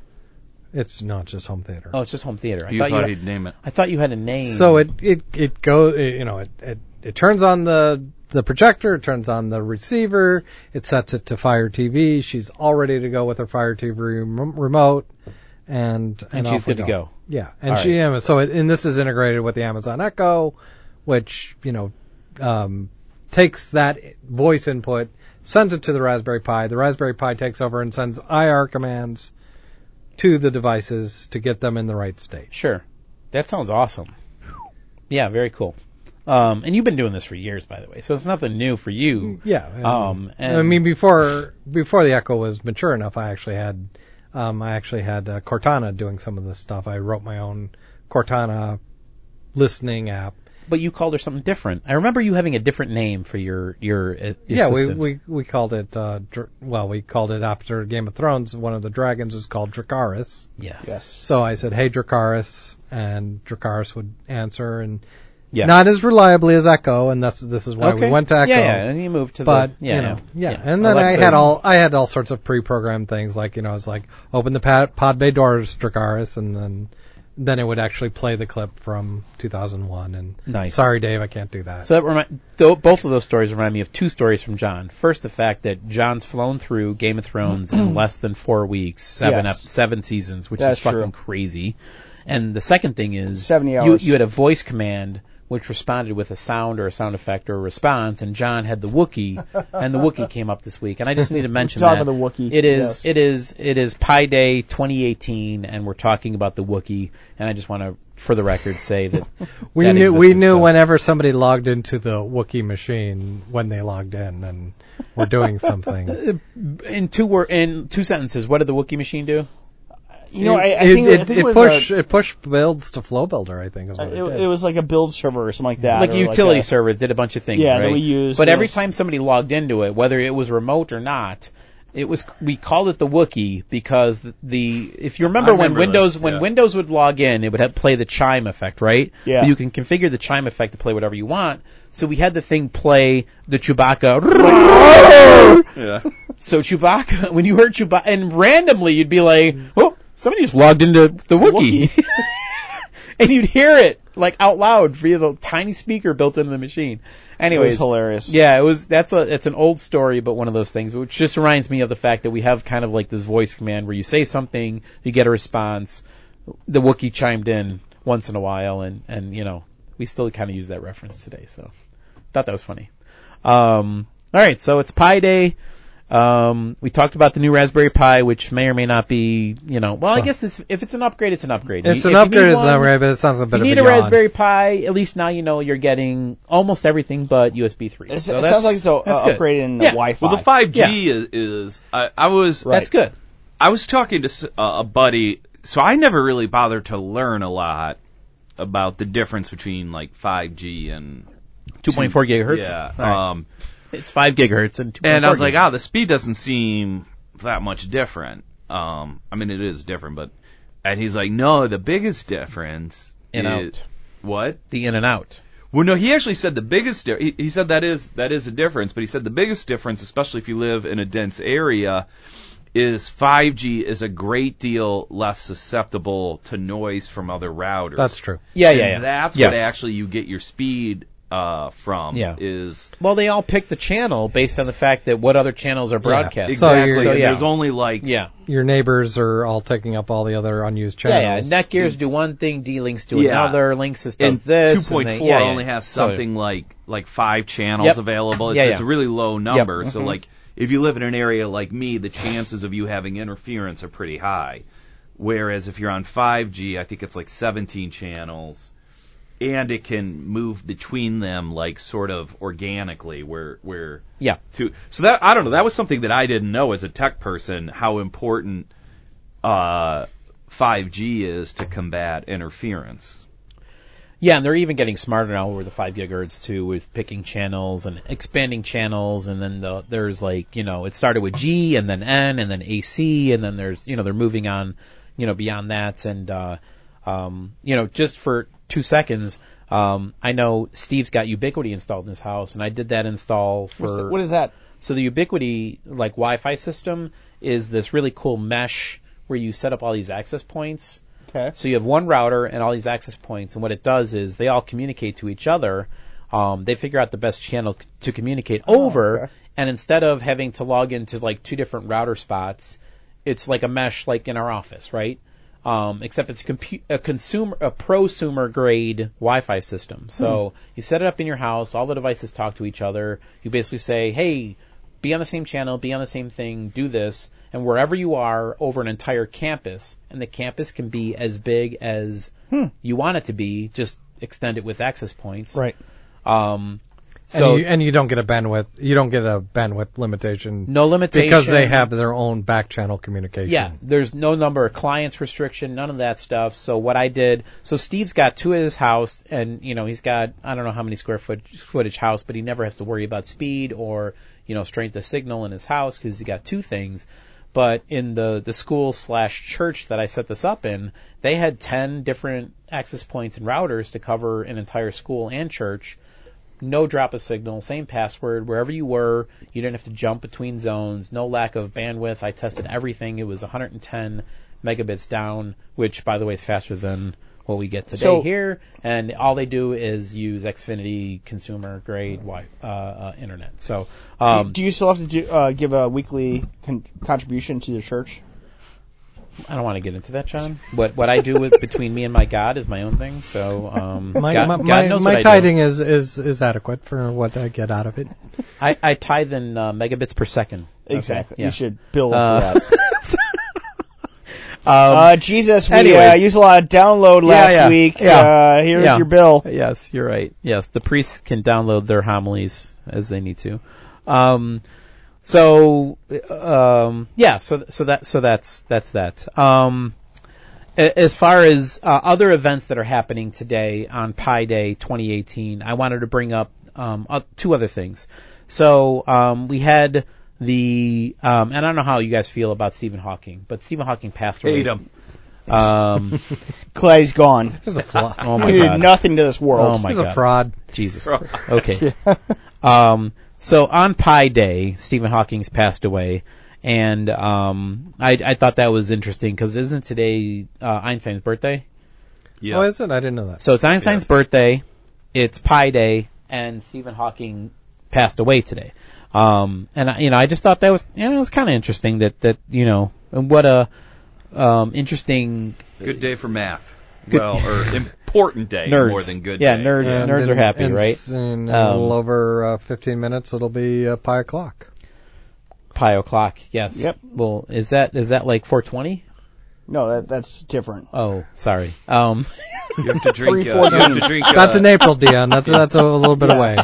Speaker 4: It's not just home theater.
Speaker 1: Oh, it's just home theater. I
Speaker 2: You
Speaker 1: thought,
Speaker 2: thought,
Speaker 1: you had,
Speaker 2: he'd name it.
Speaker 1: I thought you had a name.
Speaker 4: So it it it goes, you know, it, it it turns on the the projector, it turns on the receiver, it sets it to Fire TV. She's all ready to go with her Fire TV rem- remote, and and,
Speaker 1: and she's
Speaker 4: off we
Speaker 1: good to go.
Speaker 4: Yeah, and
Speaker 1: All
Speaker 4: she yeah, so it, and this is integrated with the Amazon Echo, which you know um, takes that voice input, sends it to the Raspberry Pi. The Raspberry Pi takes over and sends IR commands to the devices to get them in the right state.
Speaker 1: Sure. That sounds awesome. Yeah, very cool. Um, and you've been doing this for years, by the way, so it's nothing new for you.
Speaker 4: Mm-hmm. Yeah. and-
Speaker 1: Um, and
Speaker 4: I mean, before before the Echo was mature enough, I actually had um, I actually had uh, Cortana doing some of this stuff. I wrote my own Cortana listening app.
Speaker 1: but you called her something different. I remember you having a different name for your your uh,
Speaker 4: Yeah, we,
Speaker 1: assistant.
Speaker 4: we we called it uh, Dr- well, we called it after Game of Thrones. One of the dragons is called Dracaris.
Speaker 1: yes.
Speaker 4: So I said, "Hey, Dracaris," and Dracaris would answer, and
Speaker 1: Yeah.
Speaker 4: not as reliably as Echo, and that's this is why
Speaker 1: okay.
Speaker 4: we went to Echo.
Speaker 1: Yeah, yeah, and you moved to
Speaker 4: but
Speaker 1: the yeah,
Speaker 4: you know, yeah.
Speaker 1: yeah.
Speaker 4: And then
Speaker 1: Alexa's-
Speaker 4: I had all I had all sorts of pre-programmed things like you know I was like open the pad, pod bay doors, Dragaris, and then then it would actually play the clip from 2001. And
Speaker 1: Nice.
Speaker 4: sorry, Dave, I can't do that.
Speaker 1: So that remind, th- both of those stories remind me of two stories from John. First, the fact that John's flown through Game of Thrones in less than four weeks, seven
Speaker 5: Yes.
Speaker 1: ep- seven seasons, which
Speaker 5: That's
Speaker 1: is fucking
Speaker 5: true.
Speaker 1: crazy. And the second thing is
Speaker 5: 70
Speaker 1: you-
Speaker 5: hours.
Speaker 1: You, had a voice command which responded with a sound or a sound effect or a response, and John had the Wookiee, and the Wookiee came up this week. And I just need to mention
Speaker 5: Talk
Speaker 1: that
Speaker 5: about the Wookiee,
Speaker 1: It is
Speaker 5: yes.
Speaker 1: it is it is Pi Day 2018, and we're talking about the Wookiee. And I just want to, for the record, say that
Speaker 4: we
Speaker 1: that
Speaker 4: knew we
Speaker 1: existed,
Speaker 4: knew
Speaker 1: so-
Speaker 4: whenever somebody logged into the Wookiee machine when they logged in and were doing something.
Speaker 1: in two wor- in two sentences, what did the Wookiee machine do?
Speaker 5: You know, I, I
Speaker 4: it,
Speaker 5: think
Speaker 4: it,
Speaker 5: I think
Speaker 4: it
Speaker 5: was
Speaker 4: pushed
Speaker 5: a-
Speaker 4: it pushed builds to Flow Builder, I think is what it,
Speaker 5: it,
Speaker 4: did.
Speaker 5: it was like a build server or something like that.
Speaker 1: like
Speaker 5: or
Speaker 1: a utility
Speaker 5: a-
Speaker 1: server did a bunch of things.
Speaker 5: Yeah, that
Speaker 1: right?
Speaker 5: we used.
Speaker 1: But every
Speaker 5: Yes.
Speaker 1: time somebody logged into it, whether it was remote or not, It was we called it the Wookie because the, the if you remember,
Speaker 2: I
Speaker 1: when
Speaker 2: remember
Speaker 1: Windows
Speaker 2: this,
Speaker 1: when
Speaker 2: yeah.
Speaker 1: Windows would log in, it would have play the chime effect, right?
Speaker 5: Yeah.
Speaker 1: But you can configure the chime effect to play whatever you want. So we had the thing play the Chewbacca.
Speaker 2: Yeah.
Speaker 1: so Chewbacca, when you heard Chewbacca, and randomly you'd be like, "Oh, somebody just logged into the Wookie," and you'd hear it like out loud via the tiny speaker built into the machine.
Speaker 5: It was
Speaker 1: Anyways,
Speaker 5: hilarious.
Speaker 1: yeah, it was. That's a. It's an old story, but one of those things, which just reminds me of the fact that we have kind of like this voice command where you say something, you get a response. The Wookiee chimed in once in a while, and and you know we still kind of use that reference today. So thought that was funny. Um, all right, so it's Pi Day. Um, we talked about the new Raspberry Pi, which may or may not be, you know, well, I guess it's, if it's an upgrade, it's an upgrade.
Speaker 4: It's
Speaker 1: You-
Speaker 4: an
Speaker 1: if you need
Speaker 4: upgrade, it's an
Speaker 1: one-
Speaker 4: upgrade, but it sounds a bit
Speaker 1: if
Speaker 4: of
Speaker 1: you need a
Speaker 4: yawn.
Speaker 1: Raspberry Pi, at least now you know you're getting almost everything but USB 3.
Speaker 5: It,
Speaker 1: so
Speaker 5: it
Speaker 1: that's-
Speaker 5: sounds like it's a,
Speaker 1: that's
Speaker 5: uh,
Speaker 1: good.
Speaker 5: upgrade in
Speaker 1: Yeah.
Speaker 5: Wi-Fi.
Speaker 2: Well, the 5G is, is I, I was
Speaker 1: That's good.
Speaker 2: I was talking to s- uh, a buddy, so I never really bothered to learn a lot about the difference between like 5G and
Speaker 1: 2.4 gigahertz.
Speaker 2: Yeah.
Speaker 1: All right.
Speaker 2: Um,
Speaker 1: it's 5 gigahertz and 2.4
Speaker 2: and I was like,
Speaker 1: gigahertz.
Speaker 2: oh, the speed doesn't seem that much different. Um, I mean, it is different, but and he's like, no, the biggest difference
Speaker 1: In
Speaker 2: is
Speaker 1: out.
Speaker 2: what?
Speaker 1: the in and out.
Speaker 2: Well, no, he actually said the biggest. Di- he, he said that is that is a difference, but he said the biggest difference, especially if you live in a dense area, is 5G is a great deal less susceptible to noise from other routers.
Speaker 4: That's true.
Speaker 1: Yeah,
Speaker 2: And
Speaker 1: yeah, yeah.
Speaker 2: That's
Speaker 1: Yes.
Speaker 2: what actually you get your speed uh, from.
Speaker 1: Yeah.
Speaker 2: Is
Speaker 1: Well, they all pick the channel based on the fact that what other channels are broadcast.
Speaker 4: So
Speaker 2: exactly.
Speaker 4: you're-
Speaker 1: So,
Speaker 2: and
Speaker 1: yeah.
Speaker 2: There's only like
Speaker 1: yeah.
Speaker 4: Your neighbors are all taking up all the other unused
Speaker 1: Yeah, yeah.
Speaker 4: channels.
Speaker 1: Netgears do one thing, D Links do
Speaker 2: Mm. Yeah.
Speaker 1: another, Linksys
Speaker 2: and
Speaker 1: does this.
Speaker 2: 2.4
Speaker 1: and they- yeah, yeah.
Speaker 2: only has
Speaker 1: So-
Speaker 2: something like like five channels
Speaker 1: Yep.
Speaker 2: available. It's,
Speaker 1: Yeah,
Speaker 2: it's
Speaker 1: yeah. Mm-hmm.
Speaker 2: a really low number. So like if you live in an area like me, the chances of you having interference are pretty high. Whereas if you're on 5G, I think it's like 17 channels, and it can move between them like sort of organically. Where where
Speaker 1: yeah.
Speaker 2: to so that I don't know that was something that I didn't know as a tech person how important uh, 5G is to combat interference.
Speaker 1: Yeah, and they're even getting smarter now with the five gigahertz too, with picking channels and expanding channels, and then the, there's like you know it started with G and then N and then AC, and then there's you know they're moving on, you know beyond that, and uh, um, you know just for two seconds, um, I know Steve's got Ubiquity installed in his house, and I did that install for
Speaker 5: What's- What is that?
Speaker 1: so the Ubiquity like Wi-Fi system is this really cool mesh where you set up all these access points.
Speaker 5: Okay.
Speaker 1: So you have one router and all these access points, and what it does is they all communicate to each other. Um, they figure out the best channel c- to communicate over,
Speaker 5: Oh, okay.
Speaker 1: and instead of having to log into like two different router spots, it's like a mesh like in our office, right? Um, except it's a, compu- a consumer, a prosumer grade Wi-Fi system. So
Speaker 5: Hmm.
Speaker 1: you set it up in your house. All the devices talk to each other. You basically say, "Hey, be on the same channel, be on the same thing, do this, and wherever you are over an entire campus, and the campus can be as big as
Speaker 4: Hmm.
Speaker 1: you want it to be, just extend it with access points.
Speaker 5: Right.
Speaker 1: Um,
Speaker 4: So
Speaker 1: so
Speaker 4: and you, and you don't get a bandwidth. You don't get a bandwidth limitation.
Speaker 1: no limitation
Speaker 4: because they have their own back channel communication.
Speaker 1: Yeah, there's no number of clients restriction, none of that stuff. So what I did, so Steve's got two at his house, and you know he's got I don't know how many square foot footage house, but he never has to worry about speed or you know strength of signal in his house because he got two things. But in the the school slash church that I set this up in, they had ten different access points and routers to cover an entire school and church no drop of signal, same password, wherever you were, you didn't have to jump between zones, no lack of bandwidth. I tested everything. It was 110 megabits down, which by the way is faster than what we get today
Speaker 5: So-
Speaker 1: here. And all they do is use Xfinity consumer grade wi- uh, uh, internet. So, um,
Speaker 5: do you still have to do, uh, give a weekly con- contribution to the church?
Speaker 1: I don't want to get into that, John. What what I do with between me and my God is my own thing. So, um,
Speaker 4: My,
Speaker 1: God,
Speaker 4: my,
Speaker 1: God
Speaker 4: my,
Speaker 1: knows
Speaker 4: my
Speaker 1: what I do.
Speaker 4: tiding is, is, is adequate for what I get out of it.
Speaker 1: I, I tithe in uh, megabits per second.
Speaker 5: Exactly.
Speaker 1: yeah.
Speaker 5: You should build
Speaker 1: Uh,
Speaker 5: up for that.
Speaker 1: Um,
Speaker 5: Uh, Jesus, we uh,
Speaker 1: anyways.
Speaker 5: used a lot of download last
Speaker 1: yeah,
Speaker 5: week.
Speaker 1: yeah.
Speaker 5: Uh, here's
Speaker 1: Yeah.
Speaker 5: your bill.
Speaker 1: Yes, you're right. Yes, the priests can download their homilies as they need to. Um, so, um, yeah, so so that so that's that's that. Um, a- as far as uh, other events that are happening today on Pi Day 2018, I wanted to bring up um, uh, two other things. So um, we had the um, and I don't know how you guys feel about Stephen Hawking, but Stephen Hawking passed away.
Speaker 2: Hate 'em.
Speaker 1: Um,
Speaker 5: Clay's gone.
Speaker 4: He's a fraud.
Speaker 1: oh my
Speaker 5: We did
Speaker 1: god.
Speaker 5: nothing to this world.
Speaker 1: Oh my
Speaker 4: He's
Speaker 1: god.
Speaker 4: a fraud.
Speaker 1: Jesus. Okay. um, so on Pi Day, Stephen Hawking's passed away, and um, I, I thought that was interesting because isn't today uh, Einstein's birthday?
Speaker 2: Yes.
Speaker 4: Oh, is it? I didn't know that.
Speaker 1: So it's Einstein's
Speaker 2: Yes.
Speaker 1: birthday, it's Pi Day, and Stephen Hawking passed away today. Um, and I, you know, I just thought that was, you know, it was kind of interesting that that you know, and what a um, interesting
Speaker 2: Good day for math. Well, or important day
Speaker 1: nerds.
Speaker 2: more than good
Speaker 1: yeah,
Speaker 2: day.
Speaker 1: nerds,
Speaker 4: And
Speaker 1: nerds are
Speaker 4: in-
Speaker 1: happy,
Speaker 4: in,
Speaker 1: right?
Speaker 4: s- In a
Speaker 1: Um,
Speaker 4: little over uh, 15 minutes, it'll be uh, pi o'clock.
Speaker 1: Pi o'clock, yes.
Speaker 5: Yep.
Speaker 1: Well, is that is that like 420?
Speaker 5: No, that, that's different.
Speaker 1: Oh, sorry. Um,
Speaker 2: You have to drink. Uh, you
Speaker 5: 3:14.
Speaker 2: have to drink.
Speaker 4: That's
Speaker 2: uh,
Speaker 4: in April, Dion. That's that's a little bit away.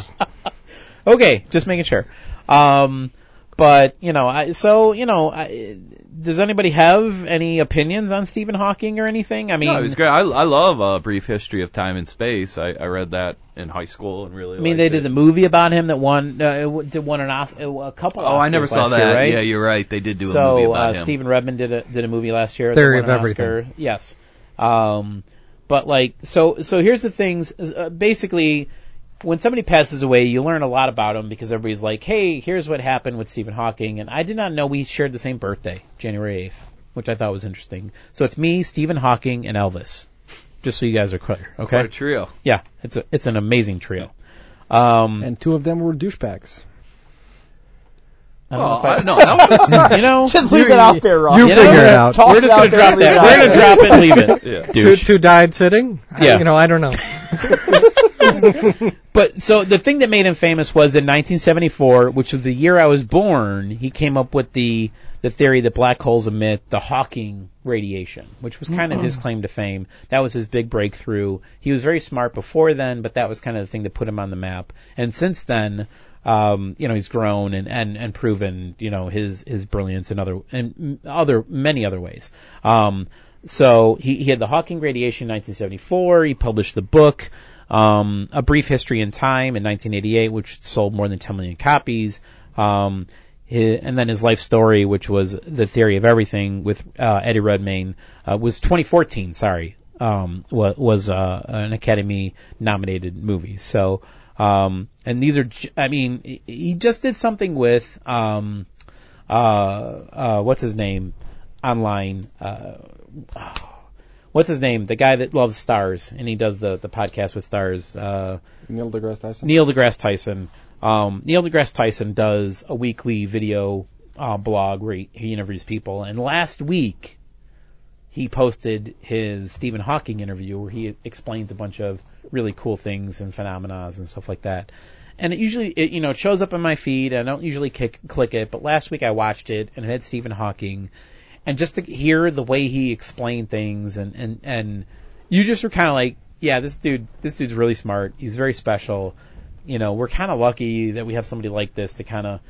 Speaker 1: okay, just making sure. Um, but you know, I, so you know, I, does anybody have any opinions on Stephen Hawking or anything? I mean,
Speaker 2: No, it was great. I, I love uh, Brief History of Time and Space. I, I read that in high school and really.
Speaker 1: I mean,
Speaker 2: liked
Speaker 1: they
Speaker 2: it.
Speaker 1: did the movie about him that won, uh, it w- did won an Oscar, a couple.
Speaker 2: Oh, I never
Speaker 1: Oscars
Speaker 2: saw
Speaker 1: last
Speaker 2: that.
Speaker 1: year, right?
Speaker 2: Yeah, you're right. They did do a movie
Speaker 1: so
Speaker 2: about
Speaker 1: uh,
Speaker 2: him.
Speaker 1: Stephen Redman did a did a movie last year. that
Speaker 4: Theory
Speaker 1: won
Speaker 4: of
Speaker 1: an
Speaker 4: Everything.
Speaker 1: Oscar. Yes. Um, but like, so so here's the things. Uh, basically, when somebody passes away, you learn a lot about them because everybody's like, "Hey, here's what happened with Stephen Hawking," and I did not know we shared the same birthday, January 8th, which I thought was interesting. So it's me, Stephen Hawking, and Elvis. Just so you guys are clear, okay?
Speaker 2: What a trio.
Speaker 1: Yeah, it's a, it's an amazing trio. Um,
Speaker 6: And two of them were douchebags.
Speaker 1: I don't know
Speaker 2: Oh,
Speaker 1: if I-
Speaker 2: I, no, that was.
Speaker 1: you know,
Speaker 5: Just leave it out there, Rob.
Speaker 4: you
Speaker 1: You know,
Speaker 4: figure it out.
Speaker 5: Toss
Speaker 1: we're
Speaker 5: it
Speaker 1: just gonna
Speaker 5: out there,
Speaker 1: drop
Speaker 5: leave it
Speaker 1: that.
Speaker 5: out
Speaker 1: We're
Speaker 5: there.
Speaker 1: gonna drop it, leave it.
Speaker 2: Yeah.
Speaker 4: Two, two died sitting. I-
Speaker 1: Yeah.
Speaker 4: you know, I don't know.
Speaker 1: But so the thing that made him famous was in 1974, which was the year I was born. He came up with the the theory that black holes emit the Hawking radiation, which was kind of his claim to fame. That was his big breakthrough. He was very smart before then, but that was kind of the thing that put him on the map. And since then, um, you know, he's grown and, and, and proven, you know, his, his brilliance in other, in other, many other ways. Um, so he, he had the Hawking radiation in 1974. He published the book, um, A Brief History in Time in 1988, which sold more than 10 million copies. Um, hi and then his life story, which was The Theory of Everything with, uh, Eddie Redmayne, uh, was 2014, sorry, um, was, was, uh, an Academy nominated movie. So, um, and these are, j- I mean, he- he just did something with, um, uh, uh, what's his name online? Uh, what's his name? The guy that loves stars and he does the, the podcast with stars. Uh,
Speaker 6: Neil deGrasse Tyson.
Speaker 1: Neil deGrasse Tyson. Um, Neil deGrasse Tyson does a weekly video uh, blog where he, he interviews people, and last week he posted his Stephen Hawking interview where he explains a bunch of really cool things and phenomena and stuff like that. And it usually, it, you know, it shows up in my feed. I don't usually kick, click it, but last week I watched it and it had Stephen Hawking, and just to hear the way he explained things and and and you just were kind of like, yeah, this dude, this dude's really smart. He's very special. You know, we're kind of lucky that we have somebody like this to kind of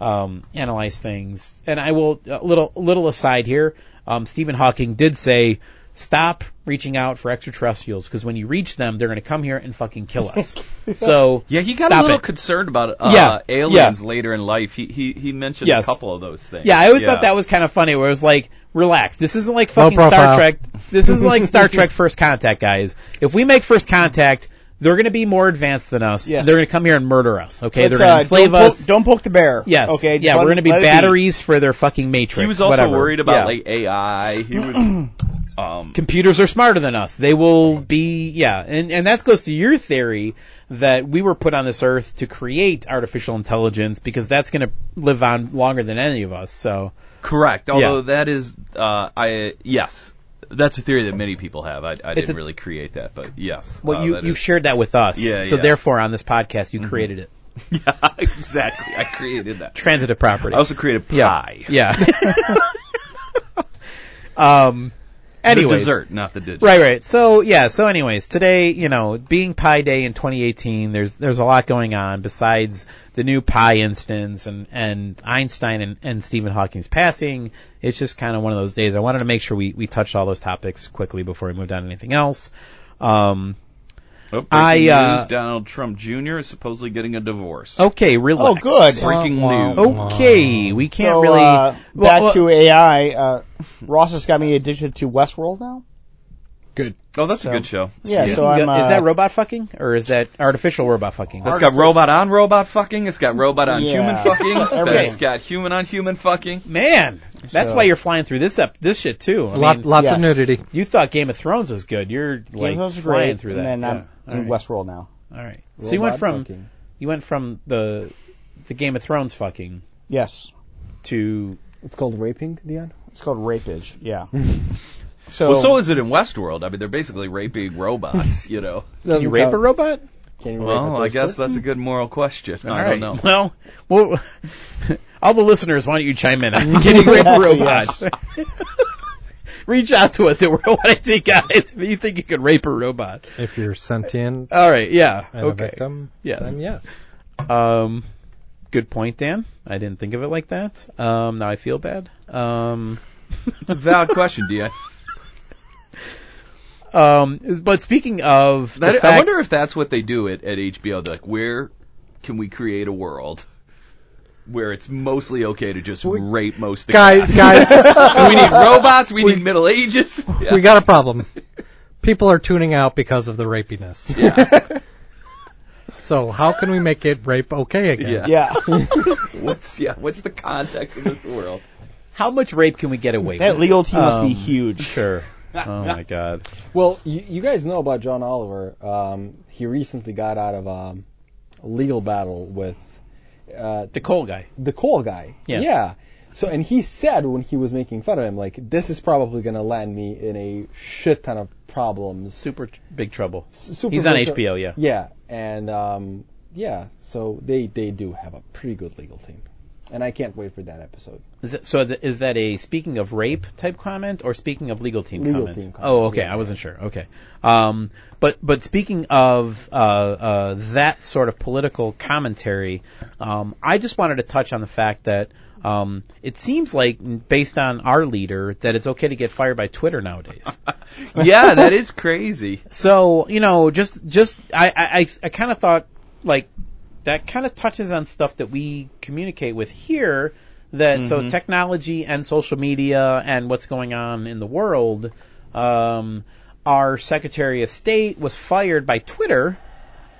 Speaker 1: um, analyze things. And I will a little little aside here. Um, Stephen Hawking did say, "Stop reaching out for extraterrestrials because when you reach them, they're going to come here and fucking kill us." so
Speaker 2: Yeah, he got
Speaker 1: Stop
Speaker 2: a little
Speaker 1: it.
Speaker 2: concerned about uh,
Speaker 1: Yeah,
Speaker 2: aliens later in life. He he, he mentioned
Speaker 1: Yes.
Speaker 2: a couple of those things.
Speaker 1: Yeah, I always thought that was kind of funny. Where it was like, relax. This isn't like
Speaker 4: Low
Speaker 1: fucking Star
Speaker 4: profile.
Speaker 1: Trek. This isn't like Star Trek First Contact, guys. If we make First Contact, they're going to be more advanced than us.
Speaker 5: Yes.
Speaker 1: They're going to come here and murder us. Okay,
Speaker 5: Let's,
Speaker 1: they're going to
Speaker 5: uh,
Speaker 1: enslave
Speaker 5: don't
Speaker 1: us.
Speaker 5: Poke, don't poke the bear.
Speaker 1: yes.
Speaker 5: Okay. just
Speaker 1: Yeah,
Speaker 5: let
Speaker 1: we're
Speaker 5: it-
Speaker 1: going to be
Speaker 5: let it
Speaker 1: batteries for their fucking matrix.
Speaker 2: He was also
Speaker 1: whatever.
Speaker 2: worried about
Speaker 1: Yeah.
Speaker 2: like AI. He was. um,
Speaker 1: computers are smarter than us. They will be, yeah. And, and that goes to your theory that we were put on this earth to create artificial intelligence because that's going to live on longer than any of us. So,
Speaker 2: Correct. Although
Speaker 1: Yeah.
Speaker 2: that is, uh, I yes, that's a theory that many people have. I, I didn't
Speaker 1: a-
Speaker 2: really create that, but yes.
Speaker 1: well,
Speaker 2: uh,
Speaker 1: you,
Speaker 2: that
Speaker 1: you
Speaker 2: is-
Speaker 1: shared that with us.
Speaker 2: Yeah,
Speaker 1: so
Speaker 2: yeah. Mm-hmm.
Speaker 1: therefore on this podcast, you created it.
Speaker 2: yeah, exactly. I created that.
Speaker 1: Transitive property.
Speaker 2: I also created pie.
Speaker 1: yeah. um,
Speaker 2: the
Speaker 1: anyways.
Speaker 2: dessert, not the digit.
Speaker 1: Right, right. So yeah. So, anyways, today, you know, being Pi Day in 2018, there's there's a lot going on besides the new Pi instance and and Einstein and, and Stephen Hawking's passing. It's just kind of one of those days. I wanted to make sure we we touched all those topics quickly before we moved on to anything else. Um,
Speaker 2: Oh,
Speaker 1: I,
Speaker 2: breaking
Speaker 1: uh,
Speaker 2: news, Donald Trump Jr. is supposedly getting a divorce.
Speaker 1: Okay,
Speaker 5: Oh,
Speaker 1: relax.
Speaker 5: good.
Speaker 2: Breaking
Speaker 4: Wow.
Speaker 2: news.
Speaker 1: Okay, we can't
Speaker 5: so,
Speaker 1: really.
Speaker 5: uh, back
Speaker 1: Well, well-
Speaker 5: to AI. Uh, Ross has got me addicted to Westworld now.
Speaker 2: Oh, that's
Speaker 5: So-
Speaker 2: a good show.
Speaker 5: Yeah,
Speaker 1: You
Speaker 5: so
Speaker 1: can
Speaker 5: I'm.
Speaker 1: go-
Speaker 5: Uh,
Speaker 1: is that robot fucking or is that artificial robot fucking?
Speaker 2: That's got robot on robot fucking. It's got robot on
Speaker 5: Yeah.
Speaker 2: human fucking.
Speaker 5: Everything.
Speaker 2: That's got human on human fucking.
Speaker 1: Man, that's
Speaker 5: So-
Speaker 1: why you're flying through this up this shit too. I
Speaker 4: Lot,
Speaker 1: mean,
Speaker 4: lots of
Speaker 5: yes.
Speaker 4: nudity.
Speaker 1: you thought Game of Thrones was good. You're like
Speaker 5: Game of Thrones is
Speaker 1: flying
Speaker 5: great,
Speaker 1: through
Speaker 5: and
Speaker 1: that.
Speaker 5: then um,
Speaker 1: yeah.
Speaker 5: I'm in
Speaker 1: all, right.
Speaker 5: Westworld now.
Speaker 1: all right. So you went
Speaker 6: Robot
Speaker 1: from
Speaker 6: fucking.
Speaker 1: you went from the the Game of Thrones fucking
Speaker 5: Yes,
Speaker 1: to
Speaker 6: It's called raping, Dion.
Speaker 5: it's called Rapage. Yeah. so,
Speaker 2: Well, so is it in Westworld. I mean, they're basically raping robots. You know.
Speaker 1: can you rape a robot?
Speaker 6: Can you rape a
Speaker 2: Well, I
Speaker 6: toaster?
Speaker 2: guess that's a good moral question.
Speaker 1: All
Speaker 2: I
Speaker 1: right.
Speaker 2: don't know.
Speaker 1: Well, well all the listeners, why don't you chime in? on Can you rape a robot? Reach out to us at World IT Guys if you think you can rape a robot.
Speaker 4: If you're sentient
Speaker 1: All right, yeah,
Speaker 4: and a
Speaker 1: okay,
Speaker 4: victim,
Speaker 1: yes.
Speaker 4: then yes.
Speaker 1: Um, good point, Dan. I didn't think of it like that. Um, now I feel bad. Um,
Speaker 2: It's a valid question, Dion.
Speaker 1: um, but speaking of the
Speaker 2: That, I
Speaker 1: fact-
Speaker 2: wonder if that's what they do at, at HBO. They're like, where can we create a world where it's mostly okay to just rape most of the
Speaker 4: Guys, guys,
Speaker 2: So we need robots. We, need Middle Ages. Yeah.
Speaker 4: we got a problem. People are tuning out because of the rapiness.
Speaker 2: Yeah.
Speaker 4: So how can we make it rape okay again?
Speaker 2: Yeah.
Speaker 5: yeah,
Speaker 2: What's yeah? What's the context of this world?
Speaker 1: how much rape can we get away with?
Speaker 5: that legal team must be
Speaker 1: Um,
Speaker 5: huge.
Speaker 1: Sure. Oh my god.
Speaker 6: Well, you, you guys know about John Oliver. Um, he recently got out of um, a legal battle with uh,
Speaker 1: The coal guy.
Speaker 6: the coal guy.
Speaker 1: Yeah.
Speaker 6: So, and he said when he was making fun of him, like, this is probably going to land me in a shit ton of problems.
Speaker 1: Super tr- big trouble.
Speaker 6: S- super
Speaker 1: He's on
Speaker 6: virtu-
Speaker 1: HBO, yeah.
Speaker 6: Yeah, and um, yeah, so they they do have a pretty good legal team, and I can't wait for that episode.
Speaker 1: Is that, so th- is that a speaking of rape type comment or speaking of legal team
Speaker 6: Legal
Speaker 1: comment?
Speaker 6: team comment,
Speaker 1: Oh, okay.
Speaker 6: yeah.
Speaker 1: I wasn't sure. Okay. Um, but but speaking of uh, uh, that sort of political commentary, um, I just wanted to touch on the fact that um, it seems like based on our leader that it's okay to get fired by Twitter nowadays.
Speaker 2: Yeah, that is crazy.
Speaker 1: So you know, just just I I, I, I kind of thought like that kind of touches on stuff that we communicate with here. That
Speaker 2: Mm-hmm.
Speaker 1: so technology and social media and what's going on in the world. Um, our Secretary of State was fired by Twitter.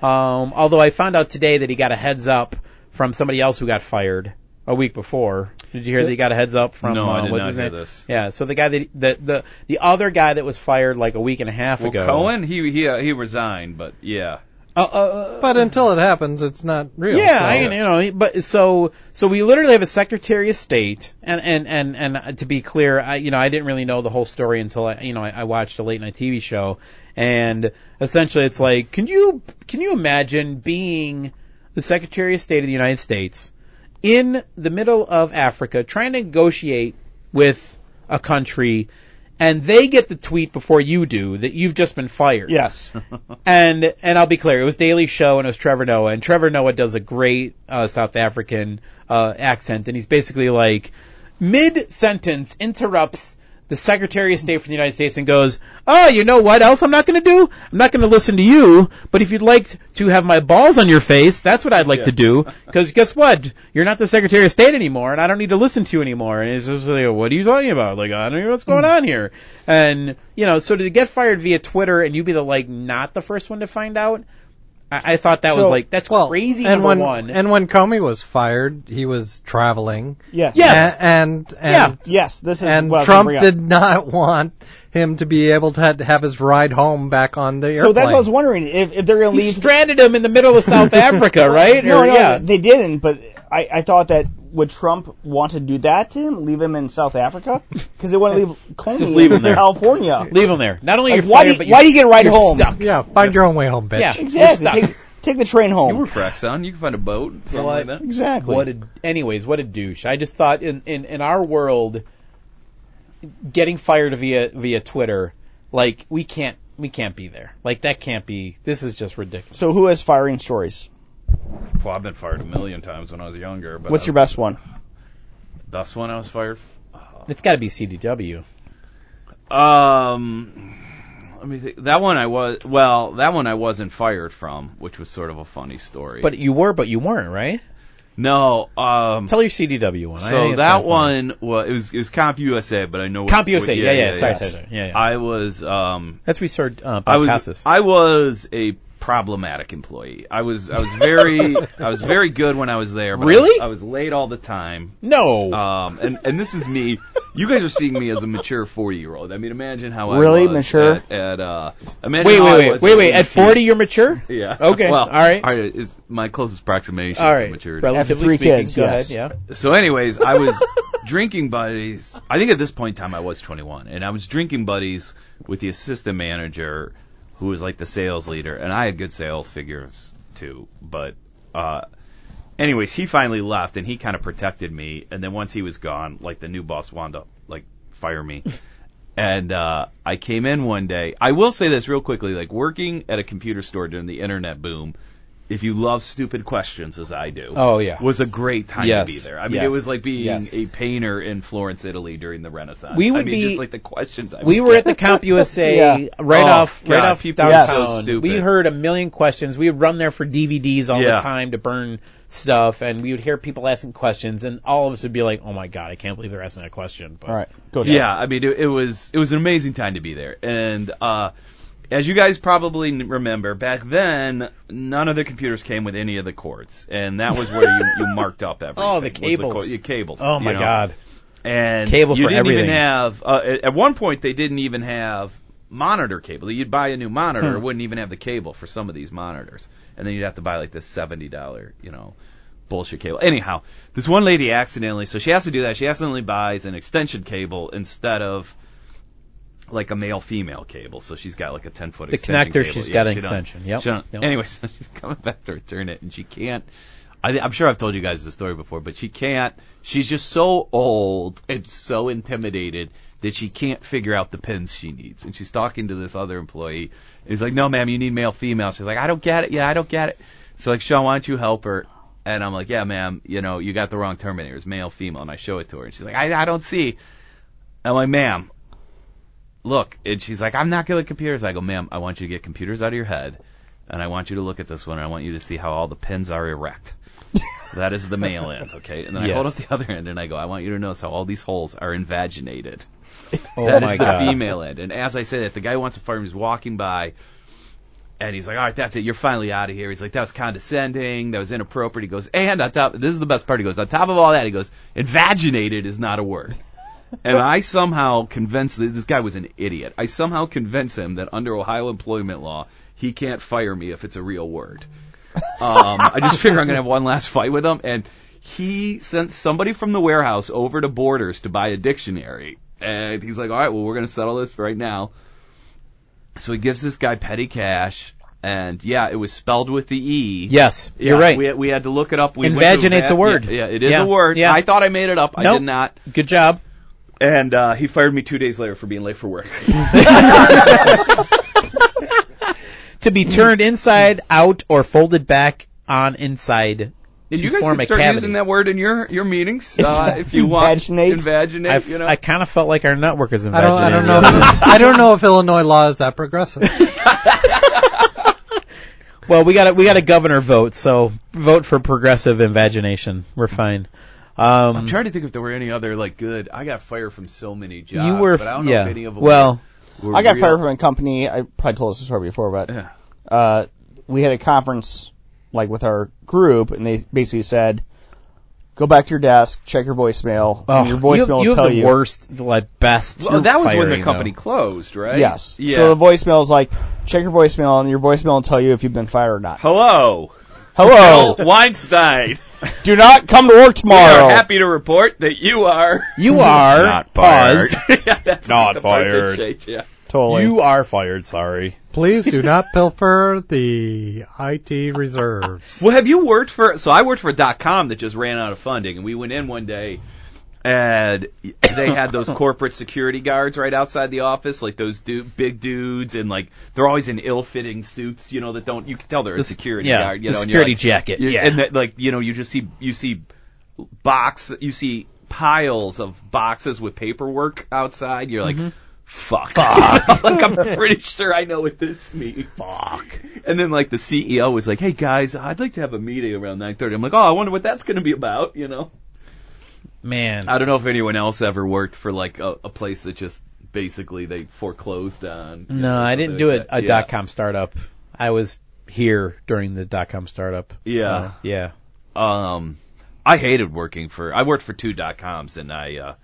Speaker 1: Um, although I found out today that he got a heads up from somebody else who got fired a week before. Did you hear that he got a heads up from?
Speaker 2: No,
Speaker 1: uh,
Speaker 2: I did
Speaker 1: what's
Speaker 2: not
Speaker 1: his
Speaker 2: hear
Speaker 1: name?
Speaker 2: this.
Speaker 1: Yeah, so the guy that the the the other guy that was fired like a week and a half
Speaker 2: Well,
Speaker 1: ago.
Speaker 2: Cohen, he he uh, he resigned, but yeah,
Speaker 1: Uh, uh,
Speaker 4: But until it happens, it's not real.
Speaker 1: yeah,
Speaker 4: so-
Speaker 1: I, you know, but so so we literally have a Secretary of State, and and and and uh, to be clear, I you know I didn't really know the whole story until I you know I, I watched a late night TV show, and essentially it's like, can you can you imagine being the Secretary of State of the United States in the middle of Africa trying to negotiate with a country? And they get the tweet before you do that you've just been fired.
Speaker 5: Yes.
Speaker 1: And and I'll be clear, it was Daily Show and it was Trevor Noah, and Trevor Noah does a great uh, South African uh, accent, and he's basically like mid sentence interrupts the Secretary of State for the United States and goes, "Oh, you know what else I'm not going to do? I'm not going to listen to you. But if you'd like to have my balls on your face, that's what I'd like to do. Because guess what? You're not the Secretary of State anymore, and I don't need to listen to you anymore. And it's just like, what are you talking about? Like, I don't know what's going on here. And you know, so to get fired via Twitter and you be the like not the first one to find out, I, I thought that was
Speaker 5: So-
Speaker 1: like that's crazy.
Speaker 4: And
Speaker 1: number
Speaker 4: when
Speaker 1: one.
Speaker 4: and when Comey was fired, he was traveling.
Speaker 5: Yes.
Speaker 1: Yeah. Yes.
Speaker 4: A- and
Speaker 1: Yeah.
Speaker 4: and
Speaker 5: Yes. This is
Speaker 4: and
Speaker 5: what I was gonna
Speaker 4: Trump
Speaker 5: bring up.
Speaker 4: did not want him to be able to ha- have his ride home back on the airplane.
Speaker 5: So that's what I was wondering if, if they're going to
Speaker 1: he
Speaker 5: leave.
Speaker 1: stranded him in the middle of South Africa, right?
Speaker 5: no,
Speaker 1: Or-
Speaker 5: no,
Speaker 1: yeah.
Speaker 5: they didn't. But I, I thought that would Trump want to do that to him? Leave him in South Africa because they want to leave Comey
Speaker 1: leave him
Speaker 5: in
Speaker 1: there.
Speaker 5: California.
Speaker 1: Leave him there. Not only
Speaker 5: Like,
Speaker 1: you're
Speaker 5: why do
Speaker 1: fired,
Speaker 5: you-
Speaker 1: but
Speaker 5: why
Speaker 1: you're-
Speaker 5: do you get a ride
Speaker 1: you're
Speaker 5: home?
Speaker 1: Stuck.
Speaker 4: yeah, find your own way home, bitch.
Speaker 1: Yeah.
Speaker 5: exactly.
Speaker 1: You're
Speaker 5: Take,
Speaker 1: stuck.
Speaker 5: take the train
Speaker 2: you were
Speaker 5: home.
Speaker 2: Fraxon. You can find a boat, something like that.
Speaker 5: Exactly.
Speaker 1: What a, anyways, what a douche. I just thought in, in, in our world, getting fired via via Twitter, like we can't we can't be there. Like that can't be. This is just ridiculous.
Speaker 5: so who has firing stories?
Speaker 2: Well, I've been fired a million times when I was younger. But
Speaker 1: uh,
Speaker 5: What's
Speaker 2: I-
Speaker 5: your best one?
Speaker 2: That's when I was fired.
Speaker 1: It's got to be CDW.
Speaker 2: Um, Let me think. That one I was well. That one I wasn't fired from, which was sort of a funny story.
Speaker 1: But you were, but you weren't, right?
Speaker 2: no, um,
Speaker 1: Tell your CDW one. I think
Speaker 2: so
Speaker 1: it's
Speaker 2: that
Speaker 1: kinda funny.
Speaker 2: one was it was, it was Comp USA, but I know what,
Speaker 1: Comp
Speaker 2: what-
Speaker 1: USA. yeah, yeah, Sorry, sorry, sorry. Yeah, yeah.
Speaker 2: I was um,
Speaker 1: That's we heard uh,
Speaker 2: I
Speaker 1: Bob
Speaker 2: was
Speaker 1: Cassis.
Speaker 2: I was a problematic employee. I was I was very I was very good when I was there. But I was-
Speaker 1: Really?
Speaker 2: I was late all the time.
Speaker 1: no.
Speaker 2: Um, and, and this is me. You guys are seeing me as a mature 40 year old. I mean, imagine how I
Speaker 5: Really?
Speaker 2: was
Speaker 5: Mature?
Speaker 2: at, at uh, imagine
Speaker 1: wait,
Speaker 2: how I
Speaker 1: wait, wait,
Speaker 2: was
Speaker 1: wait, wait. At
Speaker 2: 18.
Speaker 1: 40, you're mature.
Speaker 2: Yeah.
Speaker 1: Okay,
Speaker 2: Well,
Speaker 1: all right.
Speaker 2: All right. Is my closest approximation
Speaker 1: All
Speaker 2: to
Speaker 1: right.
Speaker 2: maturity.
Speaker 1: Relatively
Speaker 5: three
Speaker 1: speaking,
Speaker 5: kids,
Speaker 1: go
Speaker 5: yes.
Speaker 1: ahead. Yeah.
Speaker 2: So, anyways, I was drinking buddies. I think at this point in time I was 21, and I was drinking buddies with the assistant manager, who was like the sales leader, and I had good sales figures too. But, uh, anyways, he finally left, and he kind of protected me. And then once he was gone, like the new boss wound up like fire me. And uh, I came in one day. I will say this real quickly: like working at a computer store during the internet boom, if you love stupid questions as I do,
Speaker 1: Oh, yeah.
Speaker 2: was a great time
Speaker 1: Yes.
Speaker 2: to be there. I mean, it
Speaker 1: Yes.
Speaker 2: was like being
Speaker 1: Yes.
Speaker 2: a painter in Florence, Italy during the Renaissance.
Speaker 1: We
Speaker 2: I
Speaker 1: would
Speaker 2: mean,
Speaker 1: be-
Speaker 2: just like the questions. I
Speaker 1: We
Speaker 2: was
Speaker 1: were at the Comp USA
Speaker 5: Yeah.
Speaker 1: right
Speaker 2: Oh,
Speaker 1: off, right
Speaker 2: God,
Speaker 1: off
Speaker 2: people are so
Speaker 1: downtown.
Speaker 2: stupid.
Speaker 1: we heard a million questions. We would run there for DVDs all
Speaker 2: Yeah.
Speaker 1: the time to burn stuff, and we would hear people asking questions, and all of us would be like, "Oh my god, I can't believe they're asking that question." But
Speaker 5: All right, go.
Speaker 2: Yeah, I mean, it, it was it was an amazing time to be there, and uh, as you guys probably n- remember, back then none of the computers came with any of the cords, and that was where you, you marked up everything.
Speaker 1: Oh, the
Speaker 2: was
Speaker 1: cables.
Speaker 2: cord- your cables.
Speaker 1: oh my
Speaker 2: you know.
Speaker 1: god,
Speaker 2: and
Speaker 1: Cable
Speaker 2: you
Speaker 1: for
Speaker 2: didn't
Speaker 1: everything.
Speaker 2: even have uh, at- at one point they didn't even have monitor cable you'd buy a new
Speaker 1: Hmm.
Speaker 2: monitor it wouldn't even have the cable for some of these monitors and then you'd have to buy like this $70 you know bullshit cable anyhow this one lady accidentally so she has to do that she accidentally buys an extension cable instead of like a male female cable so she's got like a 10 foot
Speaker 1: The
Speaker 2: extension
Speaker 1: connector,
Speaker 2: cable.
Speaker 1: she's
Speaker 2: Yeah,
Speaker 1: got an
Speaker 2: she don't-
Speaker 1: extension. Yep.
Speaker 2: she don't-
Speaker 1: Yep.
Speaker 2: anyway so she's coming back to return it and she can't I, thi- I'm sure I've told you guys the story before, but she can't. She's just so old and so intimidated that she can't figure out the pins she needs. And she's talking to this other employee. And he's like, "No, ma'am, you need male, female." She's like, "I don't get it. Yeah, I don't get it." So like, Sean, why don't you help her? And I'm like, "Yeah, ma'am. You know, you got the wrong terminator. It's male, female." And I show it to her, and she's like, "I, I don't see." I'm like, "Ma'am, look." And she's like, "I'm not good at computers." I go, "Ma'am, I want you to get computers out of your head." And I want you to look at this one, and I want you to see how all the pins are erect. That is the male end, okay? And then I hold up
Speaker 1: Yes.
Speaker 2: the other end and I go, I want you to notice how all these holes are invaginated.
Speaker 1: oh
Speaker 2: That is
Speaker 1: my
Speaker 2: the
Speaker 1: god,
Speaker 2: female end. And as I say that, the guy who wants to fire him is walking by and he's like, All right, that's it, you're finally out of here. He's like, That was condescending, that was inappropriate. He goes, and on top this is the best part, he goes, On top of all that, he goes, Invaginated is not a word. And I somehow convinced this guy was an idiot. I somehow convinced him that under Ohio employment law, he can't fire me if it's a real word. Um, I just figure I'm gonna have one last fight with him, and he sent somebody from the warehouse over to Borders to buy a dictionary, and he's like, "All right, well, we're gonna settle this right now." So he gives this guy petty cash, and yeah, it was spelled with the e.
Speaker 1: yes,
Speaker 2: Yeah,
Speaker 1: you're right.
Speaker 2: We, we had to look it up. We went to
Speaker 1: Invaginate's a
Speaker 2: Inva-
Speaker 1: word.
Speaker 2: Yeah, yeah, it is
Speaker 1: Yeah,
Speaker 2: a word.
Speaker 1: yeah.
Speaker 2: I thought I made it up. I
Speaker 1: Nope.
Speaker 2: did not.
Speaker 1: Good job.
Speaker 2: And uh, he fired me two days later for being late for work.
Speaker 1: To be turned inside out or folded back on inside to
Speaker 2: Did you guys
Speaker 1: form
Speaker 2: can
Speaker 1: a
Speaker 2: start
Speaker 1: cavity.
Speaker 2: using that word in your your meetings uh, if you want?
Speaker 5: Invaginate?
Speaker 2: Invaginate.
Speaker 1: I,
Speaker 2: you know.
Speaker 1: I kind of felt like our network is
Speaker 4: I
Speaker 1: invaginated.
Speaker 4: don't. I don't know. If, I don't know if Illinois law is that progressive.
Speaker 1: Well, we got a, we got a governor vote, so vote for progressive invagination. We're fine.
Speaker 2: I'm
Speaker 1: Um,
Speaker 2: trying to think if there were any other like good. I got fired from so many jobs,
Speaker 1: you were,
Speaker 2: but I don't know
Speaker 1: yeah.
Speaker 2: if any of them.
Speaker 1: well,
Speaker 2: were, were
Speaker 5: I got
Speaker 2: real.
Speaker 5: fired from a company. I probably told this story before, but
Speaker 2: Yeah.
Speaker 5: uh, we had a conference like with our group, and they basically said, "Go back to your desk, check your voicemail,
Speaker 1: oh,
Speaker 5: and your voicemail
Speaker 1: you, you have
Speaker 5: will tell
Speaker 1: the
Speaker 5: you."
Speaker 1: worst, like best.
Speaker 2: Well, that was when
Speaker 1: firing,
Speaker 2: the company
Speaker 1: though.
Speaker 2: closed, right?
Speaker 5: Yes.
Speaker 2: Yeah.
Speaker 5: So the voicemail is like, check your voicemail, and your voicemail will tell you if you've been fired or not.
Speaker 2: Hello,
Speaker 5: Hello,
Speaker 2: Weinstein.
Speaker 5: do not come to work
Speaker 2: We
Speaker 5: tomorrow.
Speaker 2: are happy to report that you are
Speaker 1: You are
Speaker 2: not fired.
Speaker 1: pause.
Speaker 2: yeah, that's
Speaker 1: Not
Speaker 2: the part that
Speaker 1: fired.
Speaker 2: shakes you.
Speaker 5: Totally.
Speaker 1: You are fired. Sorry.
Speaker 4: Please do not pilfer the IT reserves.
Speaker 2: Well, have you worked for? So I worked for dot com that just ran out of funding, and we went in one day, and they had those corporate security guards right outside the office, like those du- big dudes, and like they're always in ill-fitting suits, you know, that don't. You can tell they're a security
Speaker 1: yeah,
Speaker 2: guard, you
Speaker 1: the
Speaker 2: know, and you're
Speaker 1: security
Speaker 2: like-
Speaker 1: jacket,
Speaker 2: you're-
Speaker 1: yeah.
Speaker 2: and that like you know, you just see you see
Speaker 1: Mm-hmm.
Speaker 2: box, you see piles of boxes with paperwork outside. You're like. fuck. Fuck. like I'm pretty sure I know what this means. Fuck. And then like the CEO was like, hey guys, I'd like to have a meeting around 9:30. I'm like, oh, I wonder what that's going to be about. You know.
Speaker 1: Man.
Speaker 2: I don't know if anyone else ever worked for like a, a place that just basically they foreclosed on. you
Speaker 1: No,
Speaker 2: know,
Speaker 1: I
Speaker 2: something
Speaker 1: didn't do
Speaker 2: like
Speaker 1: a,
Speaker 2: that.
Speaker 1: a
Speaker 2: Yeah.
Speaker 1: dot com startup. I was here during the dot com startup.
Speaker 2: Yeah.
Speaker 1: So, yeah.
Speaker 2: um I hated working for I worked for two dot coms and I uh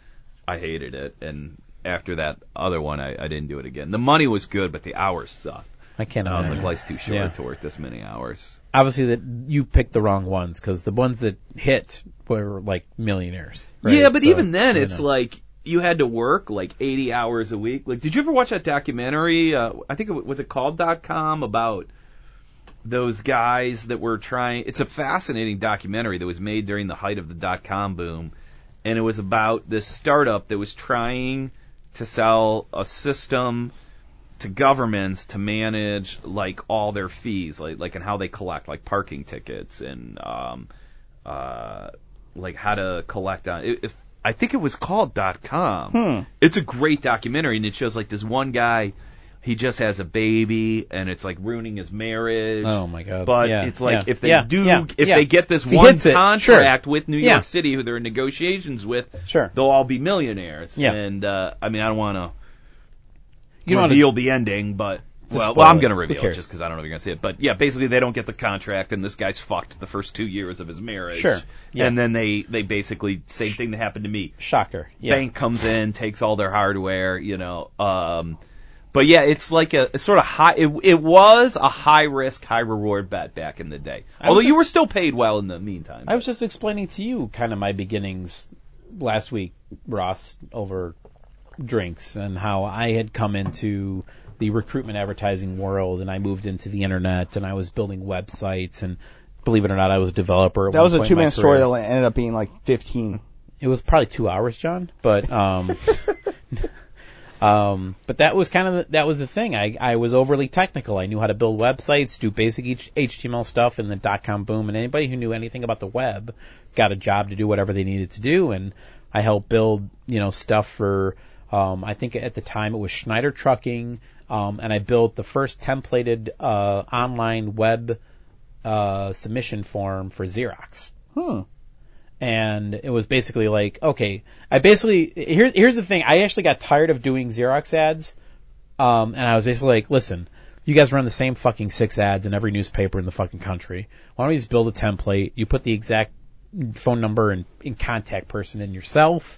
Speaker 2: I hated it and after that other one I, I didn't do it again. The money was good but the hours sucked.
Speaker 1: I can't.
Speaker 2: And I was like
Speaker 1: imagine.
Speaker 2: life's too short
Speaker 1: Yeah.
Speaker 2: to work this many hours.
Speaker 1: Obviously, that you picked the wrong ones because the ones that hit were like millionaires. right?
Speaker 2: Yeah, but
Speaker 1: So,
Speaker 2: even then
Speaker 1: you
Speaker 2: it's
Speaker 1: know.
Speaker 2: like you had to work like 80 hours a week. Like did you ever watch that documentary uh I think it wa- was it called dot com about those guys that were trying it's a fascinating documentary that was made during the height of the dot com boom and it was about this startup that was trying to sell a system to governments to manage like all their fees like like and how they collect like parking tickets and um uh like how to collect on if, if I think it was called dot com.
Speaker 1: Hmm.
Speaker 2: It's a great documentary and it shows like this one guy he just has a baby and it's like ruining his marriage.
Speaker 1: Oh my god.
Speaker 2: But
Speaker 1: Yeah,
Speaker 2: it's like
Speaker 1: yeah,
Speaker 2: if they
Speaker 1: yeah,
Speaker 2: do,
Speaker 1: yeah,
Speaker 2: if
Speaker 1: yeah.
Speaker 2: they get this
Speaker 1: If he
Speaker 2: one
Speaker 1: hits it, sure.
Speaker 2: contract with New
Speaker 1: Yeah.
Speaker 2: York City, who they're in negotiations with,
Speaker 1: Sure.
Speaker 2: they'll all be millionaires.
Speaker 1: Yeah.
Speaker 2: And uh, I mean, I don't want to
Speaker 1: You don't wanna-
Speaker 2: reveal the ending, but
Speaker 1: To
Speaker 2: well,
Speaker 1: spoil
Speaker 2: well, I'm
Speaker 1: it.
Speaker 2: going to
Speaker 1: Who
Speaker 2: reveal it
Speaker 1: cares?
Speaker 2: just because I don't know if you're going to see it. But yeah, basically they don't get the contract, and this guy's fucked the first two years of his marriage.
Speaker 1: Sure. Yeah.
Speaker 2: And then they they basically same thing that happened to me
Speaker 1: shocker. Yeah.
Speaker 2: bank comes in, takes all their hardware, you know. Um, but yeah, it's like a it's sort of high. It, it was a high risk, high reward bet back in the day.
Speaker 1: was
Speaker 2: Although you
Speaker 1: just-
Speaker 2: were still paid well in the meantime.
Speaker 1: I was just explaining to you kind of my beginnings last week, Ross, over drinks and how I had come into the recruitment advertising world and I moved into the internet and I was building websites and believe it or not, I was a developer. at
Speaker 5: That
Speaker 1: one
Speaker 5: was a
Speaker 1: point in
Speaker 5: two
Speaker 1: my
Speaker 5: man story
Speaker 1: career.
Speaker 5: that ended up being like 15.
Speaker 1: It was probably two hours, John, but, um, Um, but that was kind of the, that was the thing. I, I was overly technical. I knew how to build websites, do basic H- HTML stuff in the dot com boom, and anybody who knew anything about the web got a job to do whatever they needed to do. And I helped build you know stuff for um, I think at the time it was Schneider Trucking, um, and I built the first templated uh, online web uh, submission form for Xerox and it was basically like, okay, I basically here's here's the thing. I actually got tired of doing Xerox ads, um, and I was basically like, listen, you guys run the same fucking six ads in every newspaper in the fucking country. Why don't we just build a template? You put the exact phone number and, and contact person in yourself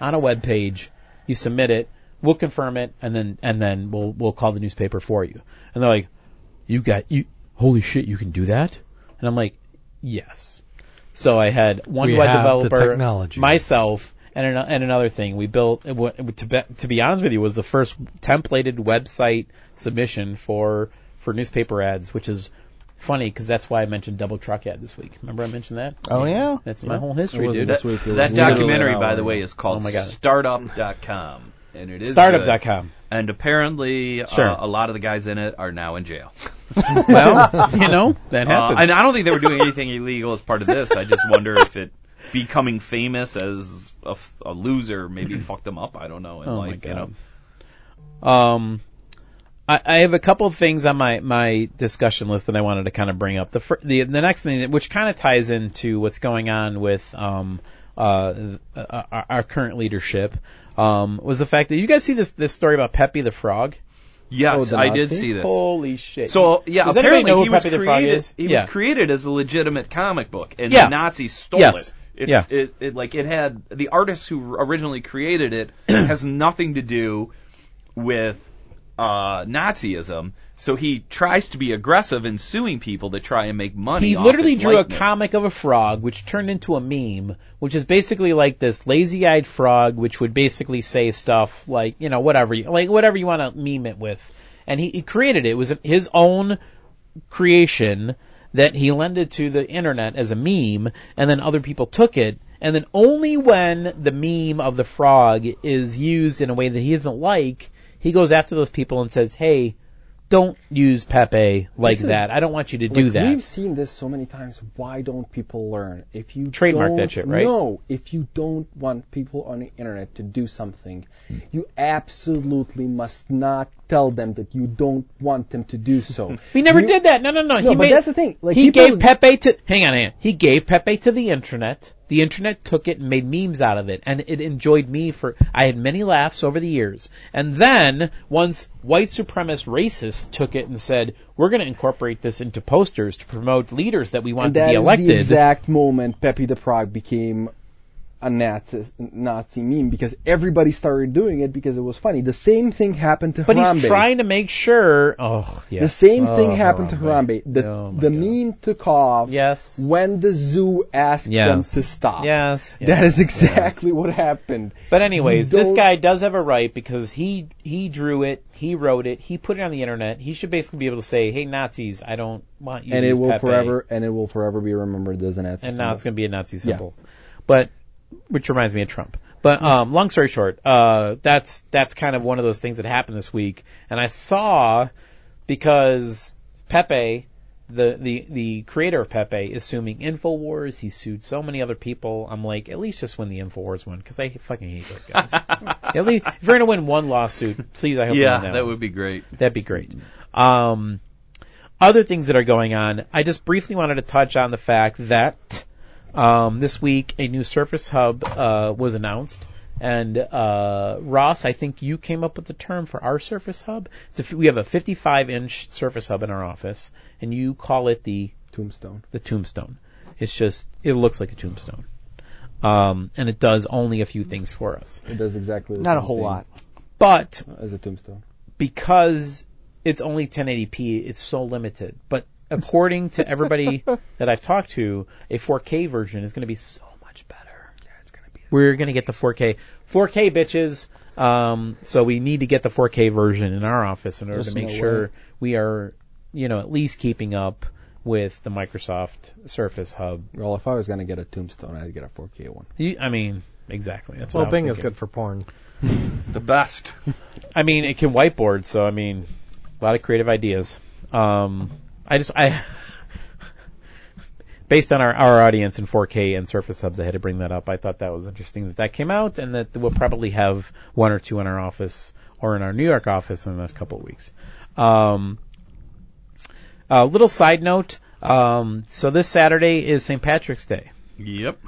Speaker 1: on a web page. You submit it. We'll confirm it, and then and then we'll we'll call the newspaper for you. And they're like, you got you. Holy shit, you can do that? And I'm like, yes. So I had one
Speaker 4: We
Speaker 1: web
Speaker 4: have the
Speaker 1: developer,
Speaker 4: technology.
Speaker 1: myself, and an, and another thing. We built it wa- to be, to be honest with you was the first templated website submission for for newspaper ads, which is funny because that's why I mentioned double truck ad this week. Remember I mentioned that?
Speaker 5: Oh, yeah.
Speaker 1: that's my whole history,
Speaker 6: It wasn't
Speaker 1: dude.
Speaker 6: this
Speaker 2: that,
Speaker 6: week it
Speaker 2: that
Speaker 6: was literally
Speaker 2: documentary,
Speaker 6: an
Speaker 2: by
Speaker 6: hour
Speaker 2: the way,
Speaker 6: ago.
Speaker 2: is called
Speaker 1: Oh my God.
Speaker 2: Startup.com, and it is good.
Speaker 1: Startup.com.
Speaker 2: And apparently,
Speaker 1: Sure.
Speaker 2: uh, a lot of the guys in it are now in jail.
Speaker 1: well, you know that
Speaker 2: Uh,
Speaker 1: happens.
Speaker 2: and I don't think they were doing anything illegal as part of this. I just wonder if it becoming famous as a, f- a loser maybe fucked them up. I don't know. And
Speaker 1: Oh my
Speaker 2: like, you know,
Speaker 1: God. Um, I, I have a couple of things on my, my discussion list that I wanted to kind of bring up. The, fir- the the next thing, that- which kind of ties into what's going on with um uh th- uh, our, our current leadership, um was the fact that you guys see this this story about Pepe the Frog.
Speaker 6: Oh,
Speaker 2: yes,
Speaker 6: the
Speaker 2: I did
Speaker 6: Nazi?
Speaker 2: see this.
Speaker 1: Holy shit!
Speaker 2: So yeah,
Speaker 1: Does anybody
Speaker 2: apparently
Speaker 1: know
Speaker 2: he
Speaker 1: who
Speaker 2: was
Speaker 1: Pepe the Frog
Speaker 2: created.
Speaker 1: is?
Speaker 2: He
Speaker 1: Yeah.
Speaker 2: was created as a legitimate comic book, and
Speaker 1: Yeah.
Speaker 2: the Nazis stole
Speaker 1: Yes.
Speaker 2: it. It's,
Speaker 1: Yeah.
Speaker 2: it, it like it had the artist who originally created it has nothing to do with uh, Nazism. So he tries to be aggressive in suing people that try and make money.
Speaker 1: He
Speaker 2: off
Speaker 1: literally
Speaker 2: his
Speaker 1: drew
Speaker 2: likeness.
Speaker 1: a comic of a frog, which turned into a meme, which is basically like this lazy-eyed frog, which would basically say stuff like, you know, whatever, you, like whatever you want to meme it with. And he, he created it. It was his own creation that he lended to the internet as a meme, and then other people took it. And then only when the meme of the frog is used in a way that he doesn't like, he goes after those people and says, "Hey, don't use Pepe like
Speaker 6: This is-
Speaker 1: that. I don't want you to do
Speaker 6: Like,
Speaker 1: that.
Speaker 6: We've seen this so many times. Why don't people learn? If you
Speaker 1: Trademark that
Speaker 6: don't-
Speaker 1: shit, right?
Speaker 6: No, if you don't want people on the internet to do something,
Speaker 1: Hmm.
Speaker 6: you absolutely must not tell them that you don't want them to do so.
Speaker 1: We never
Speaker 6: You-
Speaker 1: did that. No, no, no.
Speaker 6: No, but that's the thing. Like,
Speaker 1: he
Speaker 6: people-
Speaker 1: gave Pepe to. Hang on, hang on. He gave Pepe to the internet. The internet took it and made memes out of it, and it enjoyed me for. I had many laughs over the years. And then once white supremacist racists took it and said, "We're going to incorporate this into posters to promote leaders that we want
Speaker 6: And
Speaker 1: to
Speaker 6: that
Speaker 1: be
Speaker 6: is
Speaker 1: elected."
Speaker 6: the exact moment Pepe the Prague became a Nazi, Nazi meme because everybody started doing it because it was funny. The same thing happened to
Speaker 1: but he's
Speaker 6: Harambe.
Speaker 1: trying to make sure. Oh, yes.
Speaker 6: The same
Speaker 1: Oh,
Speaker 6: thing happened to Harambe. The,
Speaker 1: Oh, my
Speaker 6: the
Speaker 1: God.
Speaker 6: meme took off
Speaker 1: Yes.
Speaker 6: when the zoo asked them
Speaker 1: Yes.
Speaker 6: to stop.
Speaker 1: Yes.
Speaker 6: That
Speaker 1: yes.
Speaker 6: is exactly what happened.
Speaker 1: But anyways,
Speaker 6: You
Speaker 1: this
Speaker 6: don't-
Speaker 1: guy does have a right because he he drew it, he wrote it, he put it on the internet. He should basically be able to say, "Hey Nazis, I don't want you."
Speaker 6: and
Speaker 1: to
Speaker 6: it
Speaker 1: use
Speaker 6: will
Speaker 1: Pepe,"
Speaker 6: forever and it will forever be remembered as an Nazi
Speaker 1: And now it's
Speaker 6: symbol.
Speaker 1: going to be a Nazi symbol. But which reminds me of Trump. But um, long story short, uh, that's that's kind of one of those things that happened this week, and I saw because Pepe. The, the the creator of Pepe is suing Infowars. He sued so many other people. I'm like, at least just win the Infowars one because I fucking hate those guys. At least, if you're gonna win one lawsuit, please, I hope you
Speaker 2: Yeah,
Speaker 1: win that,
Speaker 2: that
Speaker 1: one.
Speaker 2: would be great.
Speaker 1: that'd be great. Um, other things that are going on, I just briefly wanted to touch on the fact that um, this week a new Surface Hub uh, was announced, and uh, Ross, I think you came up with the term for our Surface Hub. It's a f we have a 55-inch Surface Hub in our office, and you call it the
Speaker 6: Tombstone.
Speaker 1: the tombstone. It's just it looks like a tombstone, um, and it does only a few things for us.
Speaker 6: It does exactly the
Speaker 5: Not a
Speaker 6: same
Speaker 5: whole
Speaker 6: thing
Speaker 5: lot.
Speaker 1: But
Speaker 6: as a tombstone.
Speaker 1: because it's only 1080p, it's so limited. But according to everybody that I've talked to, a 4K version is going to be so much better. Yeah, it's going to be. We're going to get the 4K, 4K bitches. Um, so we need to get the 4K version in our office in order
Speaker 6: There's
Speaker 1: to make
Speaker 6: no
Speaker 1: sure
Speaker 6: way.
Speaker 1: we are, you know, at least keeping up with the Microsoft Surface Hub.
Speaker 6: Well, if I was going to get a tombstone, I'd get a 4K one.
Speaker 1: You, I mean, exactly. That's what
Speaker 4: Well,
Speaker 1: I was
Speaker 4: Bing is
Speaker 1: thinking.
Speaker 4: good for porn.
Speaker 2: The best.
Speaker 1: I mean, it can whiteboard, so I mean, a lot of creative ideas. Um, I just I, based on our, our audience in 4K and Surface Hubs, I had to bring that up. I thought that was interesting that that came out, and that we'll probably have one or two in our office or in our New York office in the next couple of weeks. Um, a little side note. Um, so this Saturday is St. Patrick's Day.
Speaker 2: Yep.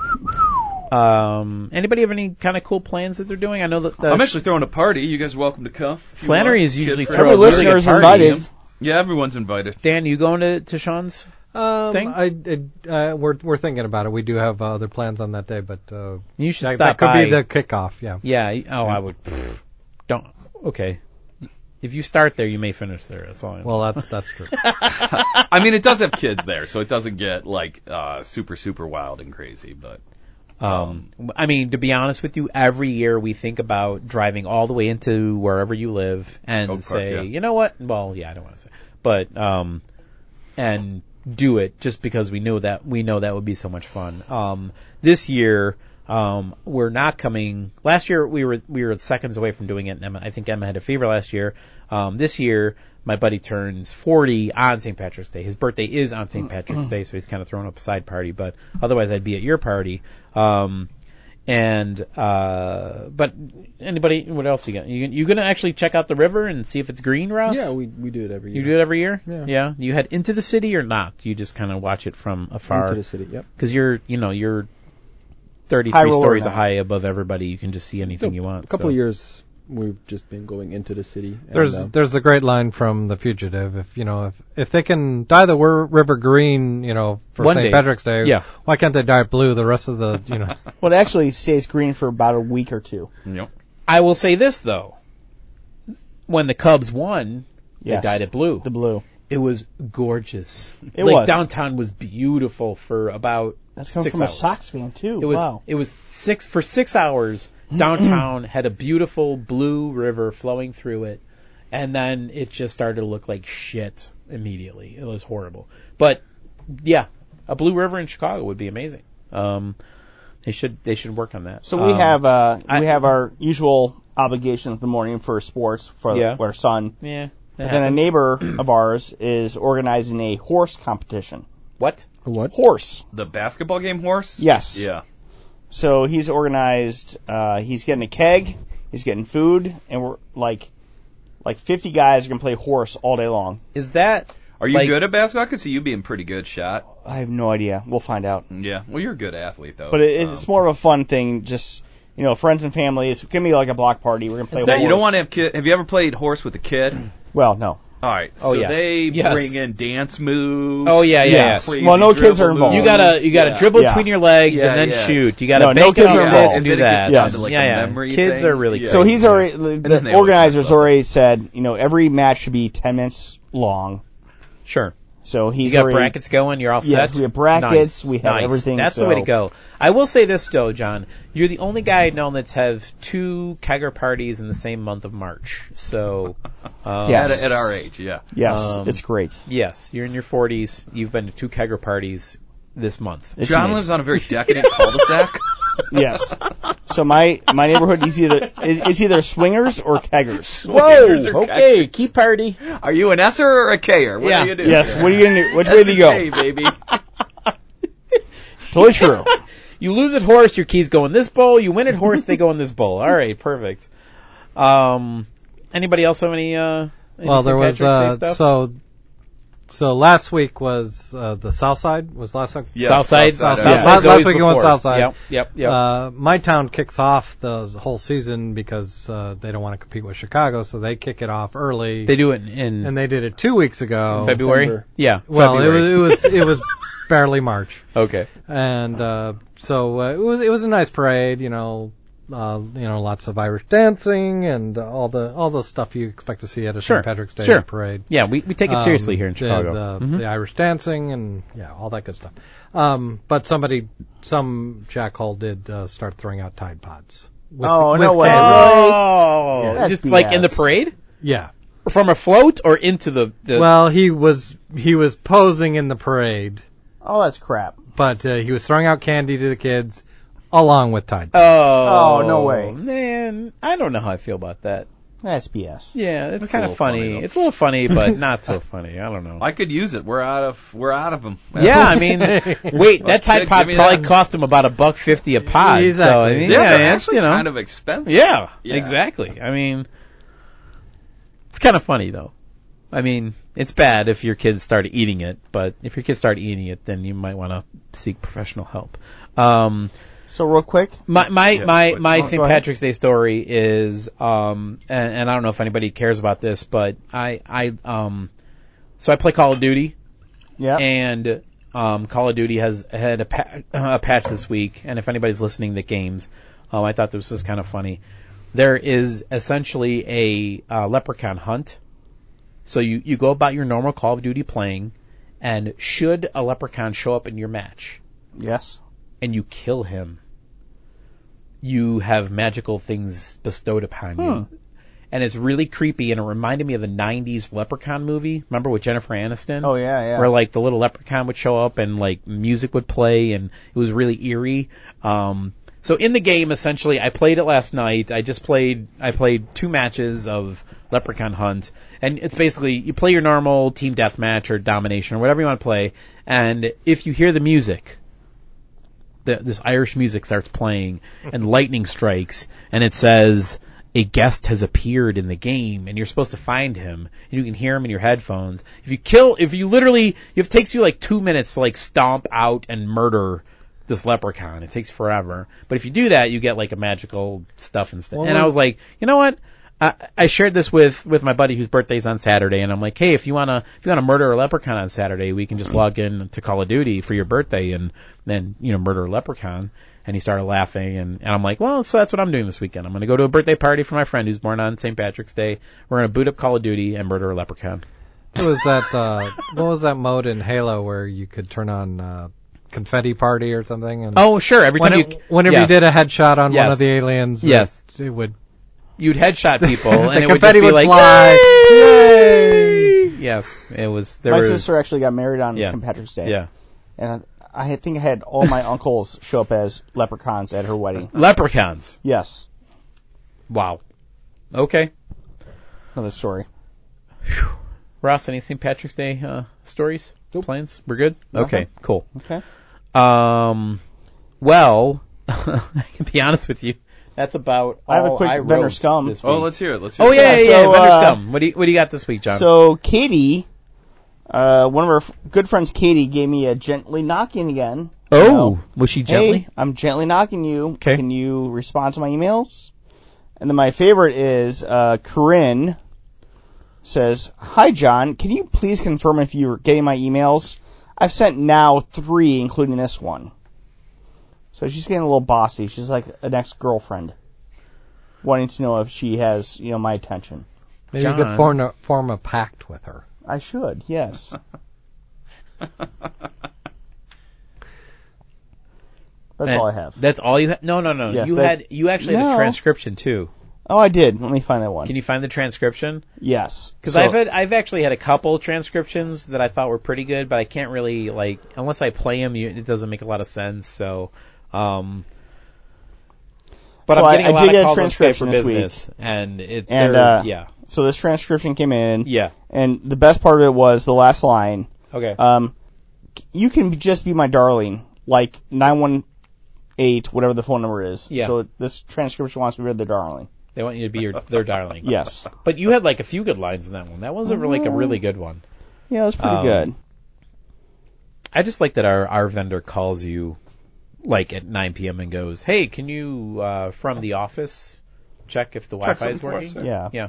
Speaker 1: Um, anybody have any kind of cool plans that they're doing? I know that the
Speaker 2: I'm actually throwing a party. You guys welcome to come. if you
Speaker 1: Flannery
Speaker 2: want.
Speaker 1: is usually
Speaker 2: Kid-friendly.
Speaker 1: throwing a really good
Speaker 5: listeners
Speaker 1: party.
Speaker 5: invited.
Speaker 2: Yeah, everyone's invited.
Speaker 1: Dan, you going to, to Sean's?
Speaker 4: Um,
Speaker 1: Thing?
Speaker 4: I, I uh, we're we're thinking about it. We do have uh, other plans on that day, but uh,
Speaker 1: You should
Speaker 4: that,
Speaker 1: stop
Speaker 4: that could
Speaker 1: by.
Speaker 4: be the kickoff. Yeah.
Speaker 1: yeah. y- Oh, I would. pfft, don't. Okay. If you start there, you may finish there. That's all. I
Speaker 4: Well, that's that's true.
Speaker 2: I mean, it does have kids there, so it doesn't get like uh, super super wild and crazy. But
Speaker 1: um, I mean, to be honest with you, every year we think about driving all the way into wherever you live and
Speaker 2: Oak Park,
Speaker 1: say,
Speaker 2: yeah.
Speaker 1: you know what? Well, yeah, I don't want to say, but um, and do it just because we knew that we know that would be so much fun. Um, this year, um, we're not coming. Last year we were we were seconds away from doing it, and Emma, I think Emma had a fever last year. Um, this year, my buddy turns 40 on St. Patrick's Day. His birthday is on St. Patrick's Day, so he's kind of throwing up a side party. But otherwise, I'd be at your party. Um, and uh, but anybody, what else you got? You you gonna actually check out the river and see if it's green, Ross?
Speaker 6: Yeah, we, we do it every
Speaker 1: You
Speaker 6: year.
Speaker 1: do it every year?
Speaker 6: Yeah.
Speaker 1: You head into the city or not? You just kind of watch it from
Speaker 6: Into
Speaker 1: afar
Speaker 6: the city. Yep.
Speaker 1: because you're, you know, you're 33
Speaker 5: High roller
Speaker 1: stories
Speaker 5: now.
Speaker 1: high above everybody. You can just see anything you want.
Speaker 6: A couple
Speaker 1: so.
Speaker 6: of years we've just been going into the city. and,
Speaker 4: There's
Speaker 6: um,
Speaker 4: there's a great line from The Fugitive. If you know if if they can dye the wer- river green, you know for
Speaker 1: One day.
Speaker 4: St. Patrick's Day,
Speaker 1: Yeah.
Speaker 4: Why can't they dye it blue the rest of the you know?
Speaker 5: Well, it actually stays green for about a week or two.
Speaker 2: you know,
Speaker 1: I will say this though: when the Cubs won,
Speaker 5: Yes.
Speaker 1: they dyed it blue.
Speaker 5: The blue.
Speaker 1: it was gorgeous.
Speaker 5: It
Speaker 1: like
Speaker 5: was.
Speaker 1: downtown was beautiful for about
Speaker 5: That's coming
Speaker 1: six
Speaker 5: from
Speaker 1: hours.
Speaker 5: a Sox fan too.
Speaker 1: It was
Speaker 5: wow. Mm-hmm.
Speaker 1: it was six for six hours. Downtown had a beautiful blue river flowing through it, and then it just started to look like shit immediately. It was horrible. But yeah, a blue river in Chicago would be amazing. Um, they should they should work on that.
Speaker 5: So we
Speaker 1: Um,
Speaker 5: have uh,
Speaker 1: I-
Speaker 5: we have our usual obligations in the morning for sports for
Speaker 1: Yeah.
Speaker 5: our son.
Speaker 1: yeah.
Speaker 5: But then a neighbor of ours is organizing a horse competition.
Speaker 1: What?
Speaker 6: What?
Speaker 5: Horse.
Speaker 2: The basketball game horse?
Speaker 5: Yes.
Speaker 2: Yeah.
Speaker 5: So he's organized. Uh, he's getting a keg. He's getting food, and we're like, like 50 guys are gonna play horse all day long.
Speaker 1: Is that?
Speaker 2: Are you
Speaker 1: Like-
Speaker 2: good at basketball? I could see you being pretty good shot.
Speaker 5: I have no idea. We'll find out.
Speaker 2: Yeah. Well, you're a good athlete though. Um,
Speaker 5: But it, it's more of a fun thing. Just you know, friends and family. It's gonna be like a block party. We're gonna play.
Speaker 2: Now, you
Speaker 5: horse.
Speaker 2: don't want to have kid. Have you ever played horse with a kid?
Speaker 5: Well, no.
Speaker 2: All right.
Speaker 5: Oh,
Speaker 2: so
Speaker 5: yeah.
Speaker 2: they
Speaker 1: Yes.
Speaker 2: bring in dance moves.
Speaker 1: Oh, yeah, yeah,
Speaker 5: Yes. yeah. Well, no kids are involved.
Speaker 1: You gotta you gotta
Speaker 2: Yeah.
Speaker 1: dribble
Speaker 5: Yeah.
Speaker 1: between your legs
Speaker 2: Oh, Yeah,
Speaker 1: and then
Speaker 2: yeah.
Speaker 1: shoot. You gotta
Speaker 5: No, no
Speaker 1: bake
Speaker 5: kids
Speaker 1: it
Speaker 5: are
Speaker 1: up
Speaker 5: involved.
Speaker 1: and do
Speaker 2: Then it
Speaker 1: that.
Speaker 2: gets
Speaker 5: down to,
Speaker 2: like, a
Speaker 1: yeah, yeah.
Speaker 2: memory
Speaker 1: Kids
Speaker 2: thing.
Speaker 1: are really
Speaker 2: Yeah.
Speaker 1: cool.
Speaker 5: So he's already the,
Speaker 2: then they
Speaker 5: the
Speaker 2: always
Speaker 5: organizers
Speaker 2: mess up.
Speaker 5: already said you know every match should be 10 minutes long.
Speaker 1: sure.
Speaker 5: So he's
Speaker 1: You got
Speaker 5: already
Speaker 1: brackets going. You're all
Speaker 5: Yes,
Speaker 1: set.
Speaker 5: we have
Speaker 1: Nice,
Speaker 5: brackets, we have
Speaker 1: nice.
Speaker 5: everything,
Speaker 1: That's the
Speaker 5: so-
Speaker 1: way to go. I will say this though, John. You're the only guy I know that's have two kegger parties in the same month of March. So, um,
Speaker 5: Yeah.
Speaker 2: At, at our age, yeah.
Speaker 5: Yes,
Speaker 1: Um,
Speaker 5: it's great.
Speaker 1: yes, you're in your 40s. You've been to two kegger parties this month.
Speaker 5: It's
Speaker 2: John
Speaker 5: amazing.
Speaker 2: lives on a very decadent cul-de-sac.
Speaker 5: Yes. So my my neighborhood is either is, is either swingers or keggers.
Speaker 2: Swingers or
Speaker 6: okay,
Speaker 2: keggers?
Speaker 6: key party.
Speaker 2: Are you an S'er or a K'er? What
Speaker 1: Yeah.
Speaker 2: do you do?
Speaker 5: Yes. What are you gonna do? Which way
Speaker 2: S
Speaker 5: do
Speaker 2: and
Speaker 5: you go?
Speaker 2: K, baby.
Speaker 5: Totally true.
Speaker 1: You lose at horse, your keys go in this bowl. You win at horse, they go in this bowl. All right, perfect. Um, anybody else have any? Uh, any
Speaker 4: Well,
Speaker 1: St.
Speaker 4: there was
Speaker 1: Patrick's Day
Speaker 4: uh,
Speaker 1: stuff?
Speaker 4: so so last week was uh, the South Side was last week.
Speaker 2: Yeah,
Speaker 1: Southside.
Speaker 2: Southside,
Speaker 1: Southside's
Speaker 4: yeah. Last- last
Speaker 1: always
Speaker 4: week it was
Speaker 1: before.
Speaker 4: Southside.
Speaker 1: Yep, yep, yep.
Speaker 4: Uh, my town kicks off the whole season because uh, they don't want to compete with Chicago, so they kick it off early.
Speaker 1: they do it in,
Speaker 4: and they did it two weeks ago.
Speaker 1: February.
Speaker 6: December.
Speaker 1: Yeah.
Speaker 4: Well, it was,
Speaker 1: February.
Speaker 4: it was it was barely March,
Speaker 1: okay.
Speaker 4: and uh, so uh, it was it was a nice parade. You know, uh, you know, lots of Irish dancing and all the all the stuff you expect to see at a
Speaker 1: Sure,
Speaker 4: St. Patrick's Day
Speaker 1: sure.
Speaker 4: parade.
Speaker 1: Yeah, we, we take it seriously
Speaker 4: Um,
Speaker 1: here in
Speaker 4: the-
Speaker 1: Chicago. Mm-hmm.
Speaker 4: The, the Irish dancing and yeah, all that good stuff. Um, but somebody, some jackhole did uh, start throwing out Tide Pods. With-
Speaker 5: Oh,
Speaker 4: with
Speaker 5: no way.
Speaker 4: Tide-
Speaker 1: oh,
Speaker 5: That's
Speaker 1: just like in the
Speaker 5: BS.
Speaker 1: parade
Speaker 4: Yeah.
Speaker 1: from a float or into the, the
Speaker 4: Well, he was he was posing in the parade,
Speaker 5: Oh, that's crap.
Speaker 4: but uh, he was throwing out candy to the kids along with Tide. Pods.
Speaker 1: Oh,
Speaker 5: Oh, no way.
Speaker 1: man! I don't know how I feel about that.
Speaker 5: That's BS.
Speaker 1: Yeah, it's
Speaker 2: a
Speaker 1: kind of
Speaker 2: little funny,
Speaker 1: funny.
Speaker 2: though.
Speaker 1: it's a little funny, but not so funny. I don't know.
Speaker 2: I could use it. We're out of we're out of them.
Speaker 1: yeah, I mean, wait, that
Speaker 2: Well,
Speaker 1: Tide
Speaker 2: give
Speaker 1: Pod
Speaker 2: me
Speaker 1: probably
Speaker 2: that.
Speaker 1: cost him about a buck fifty a pod. So I
Speaker 4: Exactly.
Speaker 1: mean,
Speaker 2: yeah,
Speaker 1: yeah,
Speaker 2: they're
Speaker 1: it's,
Speaker 2: actually
Speaker 1: you know,
Speaker 2: kind of expensive.
Speaker 1: yeah,
Speaker 2: Yeah.
Speaker 1: exactly. I mean, it's kind of funny though. I mean, it's bad if your kids start eating it, but if your kids start eating it, then you might want to seek professional help. Um,
Speaker 5: So real quick,
Speaker 1: my my
Speaker 2: Yeah,
Speaker 1: my,
Speaker 2: but-
Speaker 1: my
Speaker 2: oh,
Speaker 1: St.
Speaker 5: go ahead.
Speaker 1: Patrick's Day story is um and, and I don't know if anybody cares about this, but I I um so I play Call of Duty
Speaker 5: yeah.
Speaker 1: and um Call of Duty has had a, pa- a patch this week, and if anybody's listening to games, um I thought this was kind of funny. There is essentially a uh, leprechaun hunt. So you you go about your normal Call of Duty playing, and should a leprechaun show up in your match,
Speaker 5: Yes.
Speaker 1: and you kill him, you have magical things bestowed upon you. And it's really creepy, and it reminded me of the '90s Leprechaun movie. Remember with Jennifer Aniston?
Speaker 5: Oh yeah, yeah.
Speaker 1: Where like the little leprechaun would show up, and like music would play, and it was really eerie. Um, so in the game, essentially, I played it last night. I just played. I played two matches of Leprechaun Hunt, and it's basically you play your normal team deathmatch or domination or whatever you want to play. And if you hear the music, the, this Irish music starts playing and lightning strikes and it says a guest has appeared in the game and you're supposed to find him and you can hear him in your headphones. If you kill, if you literally, if it takes you like two minutes to like stomp out and murder this leprechaun. It takes forever. But if you do that, you get like a magical stuff instead. and I was like, you know what? I, I shared this with, with my buddy whose birthday's on Saturday, and I'm like, hey, if you wanna if you wanna murder a leprechaun on Saturday, we
Speaker 4: Mm-hmm.
Speaker 1: can just log in to Call of Duty for your birthday and then you know murder a leprechaun. And he started laughing, and, and I'm like, well, so that's what I'm doing this weekend. I'm gonna go to a birthday party for my friend who's born on St. Patrick's Day. We're gonna boot up Call of Duty and murder a leprechaun.
Speaker 4: It was that uh, what was that mode in Halo where you could turn on uh, confetti party or something? And
Speaker 1: Oh, sure. Every time
Speaker 4: When
Speaker 1: you
Speaker 4: it- whenever
Speaker 1: yes.
Speaker 4: you did a headshot on
Speaker 1: Yes.
Speaker 4: one of the aliens, it-
Speaker 1: Yes.
Speaker 4: it, would
Speaker 1: you'd headshot people,
Speaker 4: the
Speaker 1: and it would just
Speaker 4: confetti
Speaker 1: be like,
Speaker 4: fly. Yay!
Speaker 1: Yes, it was. There
Speaker 5: My
Speaker 1: was
Speaker 5: sister actually got married on
Speaker 1: Yeah.
Speaker 5: St. Patrick's Day.
Speaker 1: yeah,
Speaker 5: And I, I think I had all my uncles show up as leprechauns at her wedding.
Speaker 1: leprechauns.
Speaker 5: Yes.
Speaker 1: Wow. Okay.
Speaker 5: Another story.
Speaker 1: Ross, any St. Patrick's Day uh, stories?
Speaker 6: Nope.
Speaker 1: Plans? We're good?
Speaker 5: Uh-huh.
Speaker 1: Okay, cool.
Speaker 5: Okay.
Speaker 1: Um, well, I can be honest with you. That's about all
Speaker 5: I have a quick vendor
Speaker 1: wrote
Speaker 5: scum.
Speaker 1: This week.
Speaker 2: Oh, let's hear it. Let's hear
Speaker 1: oh
Speaker 2: it.
Speaker 1: yeah, yeah,
Speaker 5: Yeah,
Speaker 1: yeah.
Speaker 5: so,
Speaker 1: vendor
Speaker 5: uh,
Speaker 1: scum. What do you what do you got this week, John?
Speaker 5: So Katie, uh, one of our f- good friends, Katie, gave me a gently knocking again.
Speaker 1: oh,
Speaker 5: no.
Speaker 1: was she gently?
Speaker 5: Hey, I'm gently knocking you.
Speaker 1: 'Kay.
Speaker 5: Can you respond to my emails? And then my favorite is uh, Corinne says, "Hi John, can you please confirm if you're getting my emails? I've sent now three, including this one." So she's getting a little bossy. She's like an ex-girlfriend, wanting to know if she has, you know, my attention.
Speaker 4: Maybe you could
Speaker 1: John.
Speaker 4: form a, form a pact with her.
Speaker 5: I should, yes. That's all I have.
Speaker 1: That's all you had? No, no, no.
Speaker 5: Yes,
Speaker 1: you
Speaker 5: that's-
Speaker 1: had you actually had a
Speaker 5: No.
Speaker 1: transcription too.
Speaker 5: Oh, I did. Let me find that one.
Speaker 1: Can you find the transcription?
Speaker 5: yes.
Speaker 1: Because
Speaker 5: So-
Speaker 1: I've had I've actually had a couple transcriptions that I thought were pretty good, but I can't really like unless I play them, you, it doesn't make a lot of sense. So, um, but
Speaker 5: So
Speaker 1: I'm
Speaker 5: I-
Speaker 1: getting a
Speaker 5: I
Speaker 1: lot
Speaker 5: did
Speaker 1: of
Speaker 5: get a
Speaker 1: calls on Skype
Speaker 5: transcription
Speaker 1: for
Speaker 5: this week.
Speaker 1: business, and it
Speaker 5: And,
Speaker 1: they're-
Speaker 5: uh,
Speaker 1: yeah,
Speaker 5: So this transcription came in,
Speaker 1: yeah,
Speaker 5: and the best part of it was the last line.
Speaker 1: okay,
Speaker 5: Um, you can just be my darling, like nine one eight, whatever the phone number is.
Speaker 1: Yeah.
Speaker 5: So this transcription wants to be the darling.
Speaker 1: they want you to be your their darling.
Speaker 5: Yes.
Speaker 1: but you had like a few good lines in that one. That wasn't really, like a really good one.
Speaker 5: yeah, that's pretty
Speaker 1: Um,
Speaker 5: good.
Speaker 1: I just like that our our vendor calls you like at 9 p.m. and goes, "Hey, can you uh, from the office check if the Wi-Fi is
Speaker 2: something for us,
Speaker 1: working?"
Speaker 5: Yeah.
Speaker 1: yeah.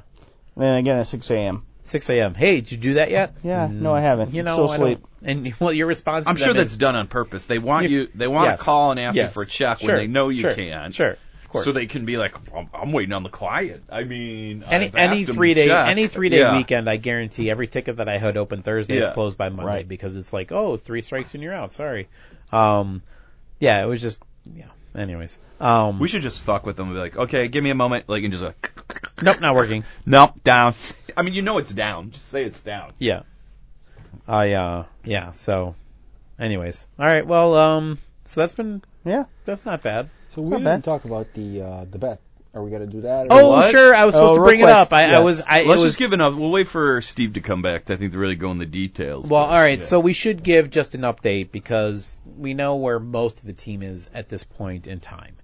Speaker 5: And then again at six a.m.
Speaker 1: 6 a.m. Hey, did you do that yet?
Speaker 5: Yeah, no, I haven't.
Speaker 1: You know, uh,
Speaker 5: Still
Speaker 1: I don't-
Speaker 5: asleep.
Speaker 1: And well, your response.
Speaker 2: I'm
Speaker 1: to
Speaker 2: sure
Speaker 1: them
Speaker 2: that's
Speaker 1: is,
Speaker 2: done on purpose. They want
Speaker 1: You-
Speaker 2: you. They want
Speaker 1: yes.
Speaker 2: to call and ask
Speaker 1: Yes.
Speaker 2: you for a check
Speaker 1: Sure.
Speaker 2: when they know you
Speaker 1: Sure.
Speaker 2: can.
Speaker 1: Sure, of course.
Speaker 2: So they can be like, I'm, I'm waiting on the client. I mean,
Speaker 1: any
Speaker 2: I've
Speaker 1: any
Speaker 2: asked them
Speaker 1: three
Speaker 2: to
Speaker 1: day
Speaker 2: check.
Speaker 1: any three day
Speaker 2: Yeah.
Speaker 1: weekend, I guarantee every ticket that I had open Thursday is
Speaker 2: Yeah.
Speaker 1: closed by Monday
Speaker 5: Right.
Speaker 1: because it's like, oh, three strikes and you're out. Sorry. Um, yeah, it was just yeah. Anyways, um,
Speaker 2: We should just fuck with them and be like, okay, give me a moment, like, and just like,
Speaker 1: nope, not working.
Speaker 2: nope, down. I mean, you know it's down. Just say it's down.
Speaker 1: Yeah. I uh yeah, so anyways. All right, well um so that's been
Speaker 5: Yeah.
Speaker 1: that's not bad.
Speaker 6: So we
Speaker 5: not
Speaker 6: didn't
Speaker 5: bad.
Speaker 6: talk about the uh, the bet. Are we gonna do that? or-
Speaker 1: Oh,
Speaker 2: what?
Speaker 1: sure, I was
Speaker 5: Oh,
Speaker 1: supposed to
Speaker 5: real
Speaker 1: bring it
Speaker 5: quick,
Speaker 1: up. I, I
Speaker 5: yes.
Speaker 1: was I it
Speaker 2: Let's
Speaker 1: was
Speaker 2: just give it up. We'll wait for Steve to come back. I think to really go in the details.
Speaker 1: well,
Speaker 2: but,
Speaker 1: all right.
Speaker 2: yeah.
Speaker 1: So we should give just an update because we know where most of the team is at this point in time.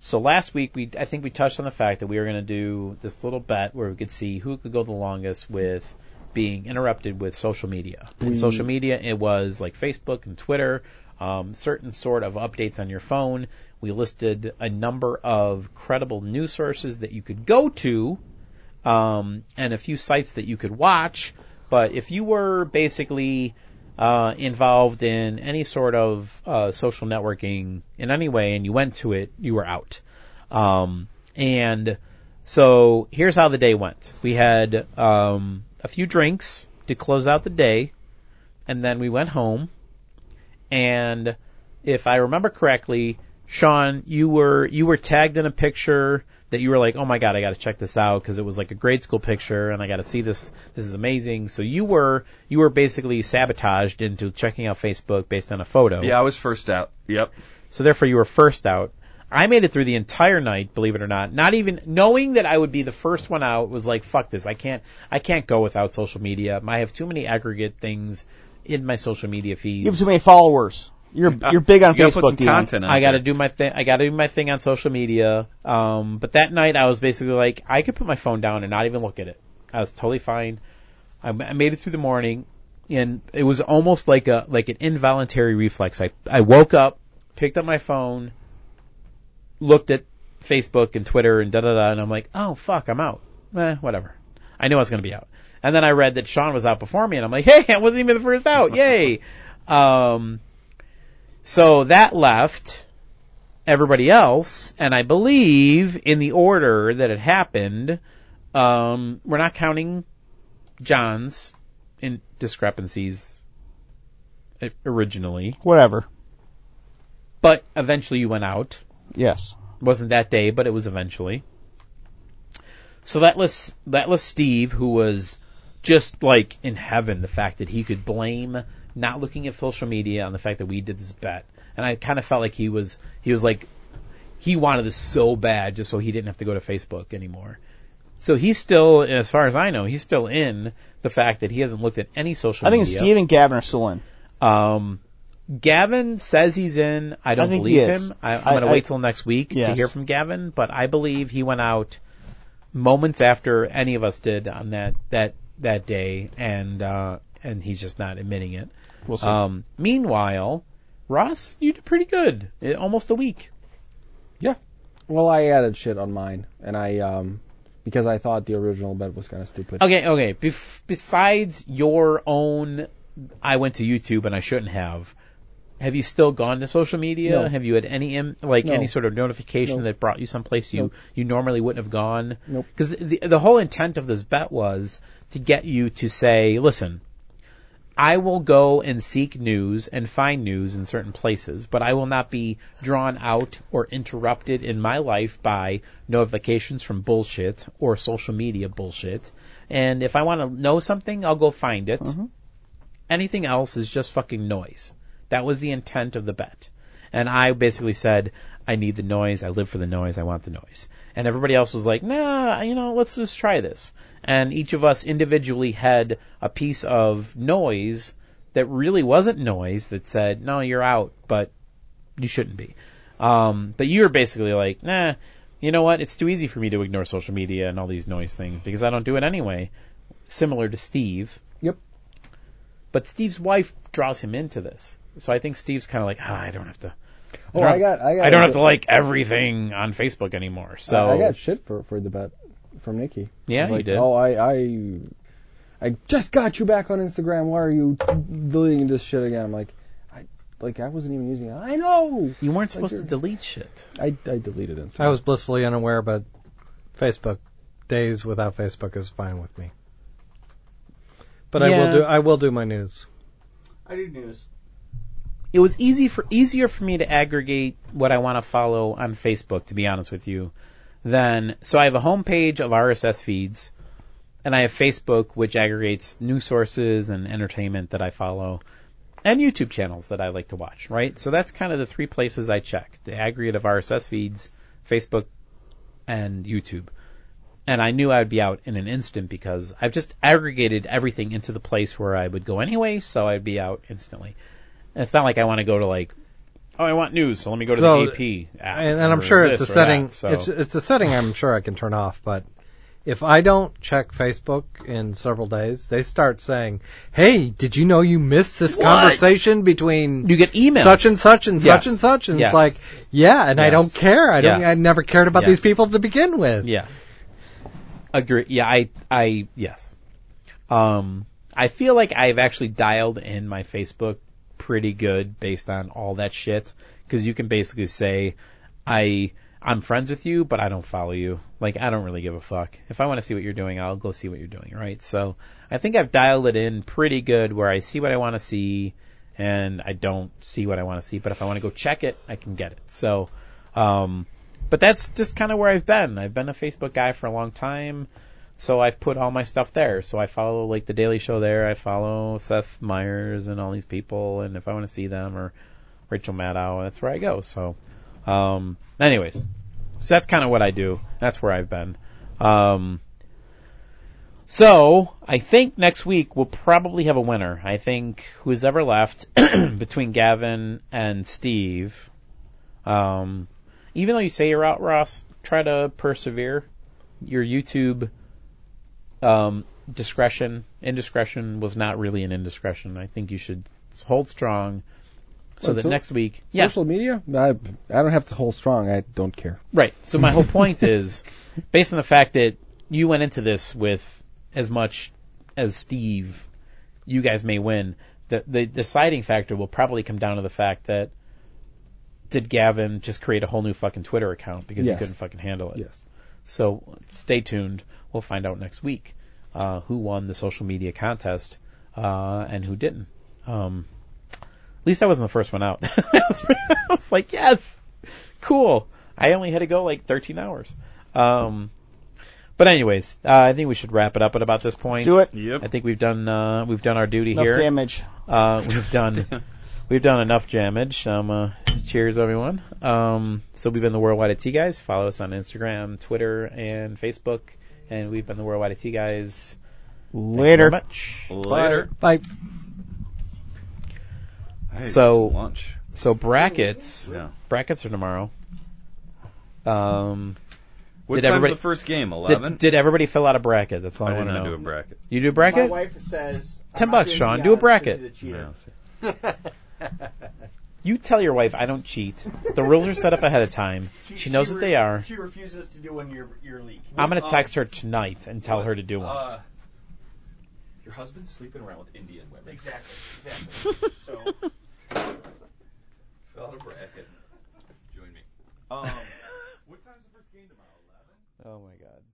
Speaker 1: So last week we I think we touched on the fact that we were going to do this little bet where we could see who could go the longest with being interrupted with social media. In social media, it was like Facebook and Twitter, um, certain sort of updates on your phone. We listed a number of credible news sources that you could go to um, and a few sites that you could watch. But if you were basically uh, involved in any sort of uh, social networking in any way and you went to it, you were out. Um, and so here's how the day went. We had um, a few drinks to close out the day, and then we went home. And if I remember correctly, Sean, you were you were tagged in a picture that you were like, "Oh my god, I got to check this out" because it was like a grade school picture, and I got to see this. This is amazing. So you were you were basically sabotaged into checking out Facebook based on a photo.
Speaker 2: yeah, I was first out. Yep.
Speaker 1: So therefore, you were first out. I made it through the entire night, believe it or not. Not even knowing that I would be the first one out was like, fuck this. I can't, I can't go without social media. I have too many aggregate things in my social media feeds.
Speaker 5: You have too many followers. You're you're big on
Speaker 2: You gotta
Speaker 5: Facebook.
Speaker 2: put some
Speaker 5: Dion.
Speaker 2: content. Out
Speaker 1: I got to
Speaker 2: there.
Speaker 1: do my thing. I got to do my thing on social media. Um, but that night I was basically like, I could put my phone down and not even look at it. I was totally fine. I, m- I made it through the morning, and it was almost like a like an involuntary reflex. I I woke up, picked up my phone, looked at Facebook and Twitter and da da da, and I'm like, oh fuck, I'm out. Eh, whatever. I knew I was going to be out. And then I read that Sean was out before me, and I'm like, hey, I wasn't even the first out. Yay. um, so that left everybody else, and I believe in the order that it happened, um, we're not counting John's in discrepancies i- originally,
Speaker 5: Whatever.
Speaker 1: but eventually you went out
Speaker 5: Yes.
Speaker 1: wasn't that day, but it was eventually. So that lists that lists Steve, who was just like in heaven, the fact that he could blame not looking at social media on the fact that we did this bet, and I kind of felt like he was he was like he wanted this so bad just so he didn't have to go to Facebook anymore. So he's still, as far as I know, he's still in the fact that he hasn't looked at any social
Speaker 5: I think
Speaker 1: media.
Speaker 5: Steve and Gavin are still in.
Speaker 1: Um, Gavin says he's in. I don't
Speaker 5: think he
Speaker 1: believe
Speaker 5: is.
Speaker 1: him. I, I'm
Speaker 5: I-
Speaker 1: going to
Speaker 5: I-
Speaker 1: wait till next week to
Speaker 5: Yes.
Speaker 1: hear from Gavin, but I believe he went out moments after any of us did on that that that day, and uh, and he's just not admitting it.
Speaker 5: We'll see.
Speaker 1: Um, meanwhile, Ross, you did pretty good. Eh, Almost a week.
Speaker 6: Well, I added shit on mine, and I um because I thought the original bet was kind of stupid.
Speaker 1: Okay, okay. Bef- besides your own, I went to YouTube and I shouldn't have. Have you still gone to social media?
Speaker 6: No.
Speaker 1: Have you had any im- like
Speaker 6: No.
Speaker 1: any sort of notification
Speaker 6: No.
Speaker 1: that brought you someplace you
Speaker 6: Nope.
Speaker 1: you normally wouldn't have gone?
Speaker 6: Nope.
Speaker 1: Because the the whole intent of this bet was to get you to say, listen. I will go and seek news and find news in certain places, but I will not be drawn out or interrupted in my life by notifications from bullshit or social media bullshit. And if I want to know something, I'll go find it. Anything else is just fucking noise. That was the intent of the bet. And I basically said, I need the noise. I live for the noise. I want the noise. And everybody else was like, nah, you know, let's just try this. And each of us individually had a piece of noise that really wasn't noise that said, no, you're out, but you shouldn't be. Um, but you were basically like, nah, you know what? It's too easy for me to ignore social media and all these noise things because I don't do it anyway. Similar to Steve.
Speaker 6: Yep.
Speaker 1: But Steve's wife draws him into this. So I think Steve's kind of like, ah, I don't have to.
Speaker 6: Oh,
Speaker 1: don't-
Speaker 6: I got I got
Speaker 1: I don't have to like everything on Facebook anymore. So
Speaker 6: I, I got shit for for the bet from Nikki.
Speaker 1: Yeah,
Speaker 6: Like,
Speaker 1: you did.
Speaker 6: Oh, I I I just got you back on Instagram. Why are you deleting this shit again? I'm like I like I wasn't even using it. I know.
Speaker 1: you weren't supposed
Speaker 6: you're-
Speaker 1: to delete shit.
Speaker 6: I I deleted Instagram.
Speaker 4: I was blissfully unaware, but Facebook days without Facebook is fine with me. But I
Speaker 1: Yeah.
Speaker 4: will do I will do my news.
Speaker 5: I do news.
Speaker 1: It was easy for easier for me to aggregate what I want to follow on Facebook, to be honest with you, than so I have a homepage of RSS feeds, and I have Facebook, which aggregates news sources and entertainment that I follow, and YouTube channels that I like to watch. Right, so that's kind of the three places I check: the aggregate of RSS feeds, Facebook, and YouTube. and I knew I would be out in an instant because I've just aggregated everything into the place where I would go anyway, so I'd be out instantly. And it's not like I want to go to like, oh, I want news, so let me go
Speaker 4: So-
Speaker 1: to the AP app.
Speaker 4: And, and I'm
Speaker 1: or
Speaker 4: sure it's a
Speaker 1: this or
Speaker 4: setting.
Speaker 1: that, so-
Speaker 4: It's it's a setting. I'm sure I can turn off. But if I don't check Facebook in several days, they start saying, "Hey, did you know you missed this conversation between
Speaker 1: you get emails.
Speaker 4: such and such and
Speaker 1: Yes.
Speaker 4: such and such?" And
Speaker 1: Yes.
Speaker 4: it's like, "Yeah," and I
Speaker 1: Yes.
Speaker 4: don't care. I don't.
Speaker 1: Yes.
Speaker 4: I never cared about
Speaker 1: Yes.
Speaker 4: these people to begin with.
Speaker 1: Yes. Agree. Yeah, I, I, yes. Um, I feel like I've actually dialed in my Facebook pretty good based on all that shit. Cause you can basically say, I, I'm friends with you, but I don't follow you. Like, I don't really give a fuck. If I want to see what you're doing, I'll go see what you're doing, right? So, I think I've dialed it in pretty good where I see what I want to see and I don't see what I want to see, but if I want to go check it, I can get it. So, um, but that's just kind of where I've been. I've been a Facebook guy for a long time, so I've put all my stuff there. So I follow like the Daily Show there. I follow Seth Meyers and all these people, and if I want to see them or Rachel Maddow, that's where I go. So, um, anyways, so that's kind of what I do. That's where I've been. Um, so I think next week we'll probably have a winner. I think who's ever left between Gavin and Steve. Um, even though you say you're out, Ross, try to persevere. Your YouTube um, discretion, indiscretion was not really an indiscretion. I think you should hold strong so
Speaker 6: Well,
Speaker 1: that
Speaker 6: so-
Speaker 1: next week. Yeah.
Speaker 6: Social media? I I don't have to hold strong. I don't care.
Speaker 1: Right. So my whole point is, based on the fact that you went into this with as much as Steve, you guys may win. The the deciding factor will probably come down to the fact that did Gavin just create a whole new fucking Twitter account because he
Speaker 6: Yes.
Speaker 1: couldn't fucking handle it.
Speaker 6: Yes.
Speaker 1: So stay tuned. We'll find out next week uh, who won the social media contest uh, and who didn't. Um, at least I wasn't the first one out. I was pretty- I was like, yes, cool. I only had to go like 13 hours. Um, but anyways, uh, I think we should wrap it up at about this point.
Speaker 5: do it.
Speaker 2: Yep.
Speaker 1: I think we've done uh, we've done our duty
Speaker 5: Enough
Speaker 1: here.
Speaker 5: damage.
Speaker 1: Uh, we've done we've done enough damage. Um, uh, cheers, everyone. Um, so we've been the Worldwide IT guys. Follow us on Instagram, Twitter, and Facebook and we've been the Worldwide IT guys. Thank you
Speaker 7: Later.
Speaker 1: very much.
Speaker 2: Later.
Speaker 4: Like
Speaker 2: Hey,
Speaker 1: So-
Speaker 2: it's lunch.
Speaker 1: So brackets,
Speaker 2: Yeah.
Speaker 1: brackets are tomorrow. Um,
Speaker 2: What
Speaker 1: Did
Speaker 2: time's
Speaker 1: everybody-
Speaker 2: the first game? Eleven.
Speaker 1: did, did everybody fill out a bracket? That's all I,
Speaker 2: I did
Speaker 1: want to
Speaker 2: not
Speaker 1: know.
Speaker 2: do a bracket.
Speaker 1: you do a bracket?
Speaker 5: My wife says. I'm
Speaker 1: 10
Speaker 5: not
Speaker 1: bucks,
Speaker 5: doing
Speaker 1: Sean.
Speaker 5: the
Speaker 1: Do a
Speaker 5: honors 'cause
Speaker 1: bracket.
Speaker 5: She's a
Speaker 2: Yeah,
Speaker 5: cheater.
Speaker 2: so-
Speaker 1: You tell your wife I don't cheat. The rules are set up ahead of time. She, knows what
Speaker 5: re-
Speaker 1: they are.
Speaker 5: She refuses to do one your your league.
Speaker 1: I'm gonna
Speaker 2: Um,
Speaker 1: text her tonight and tell her to do one.
Speaker 2: Uh, your husband's sleeping around with Indian women.
Speaker 5: Exactly. Exactly. so.
Speaker 2: Fill out a bracket. Join me. Um, what time's the first game tomorrow?
Speaker 1: oh my god.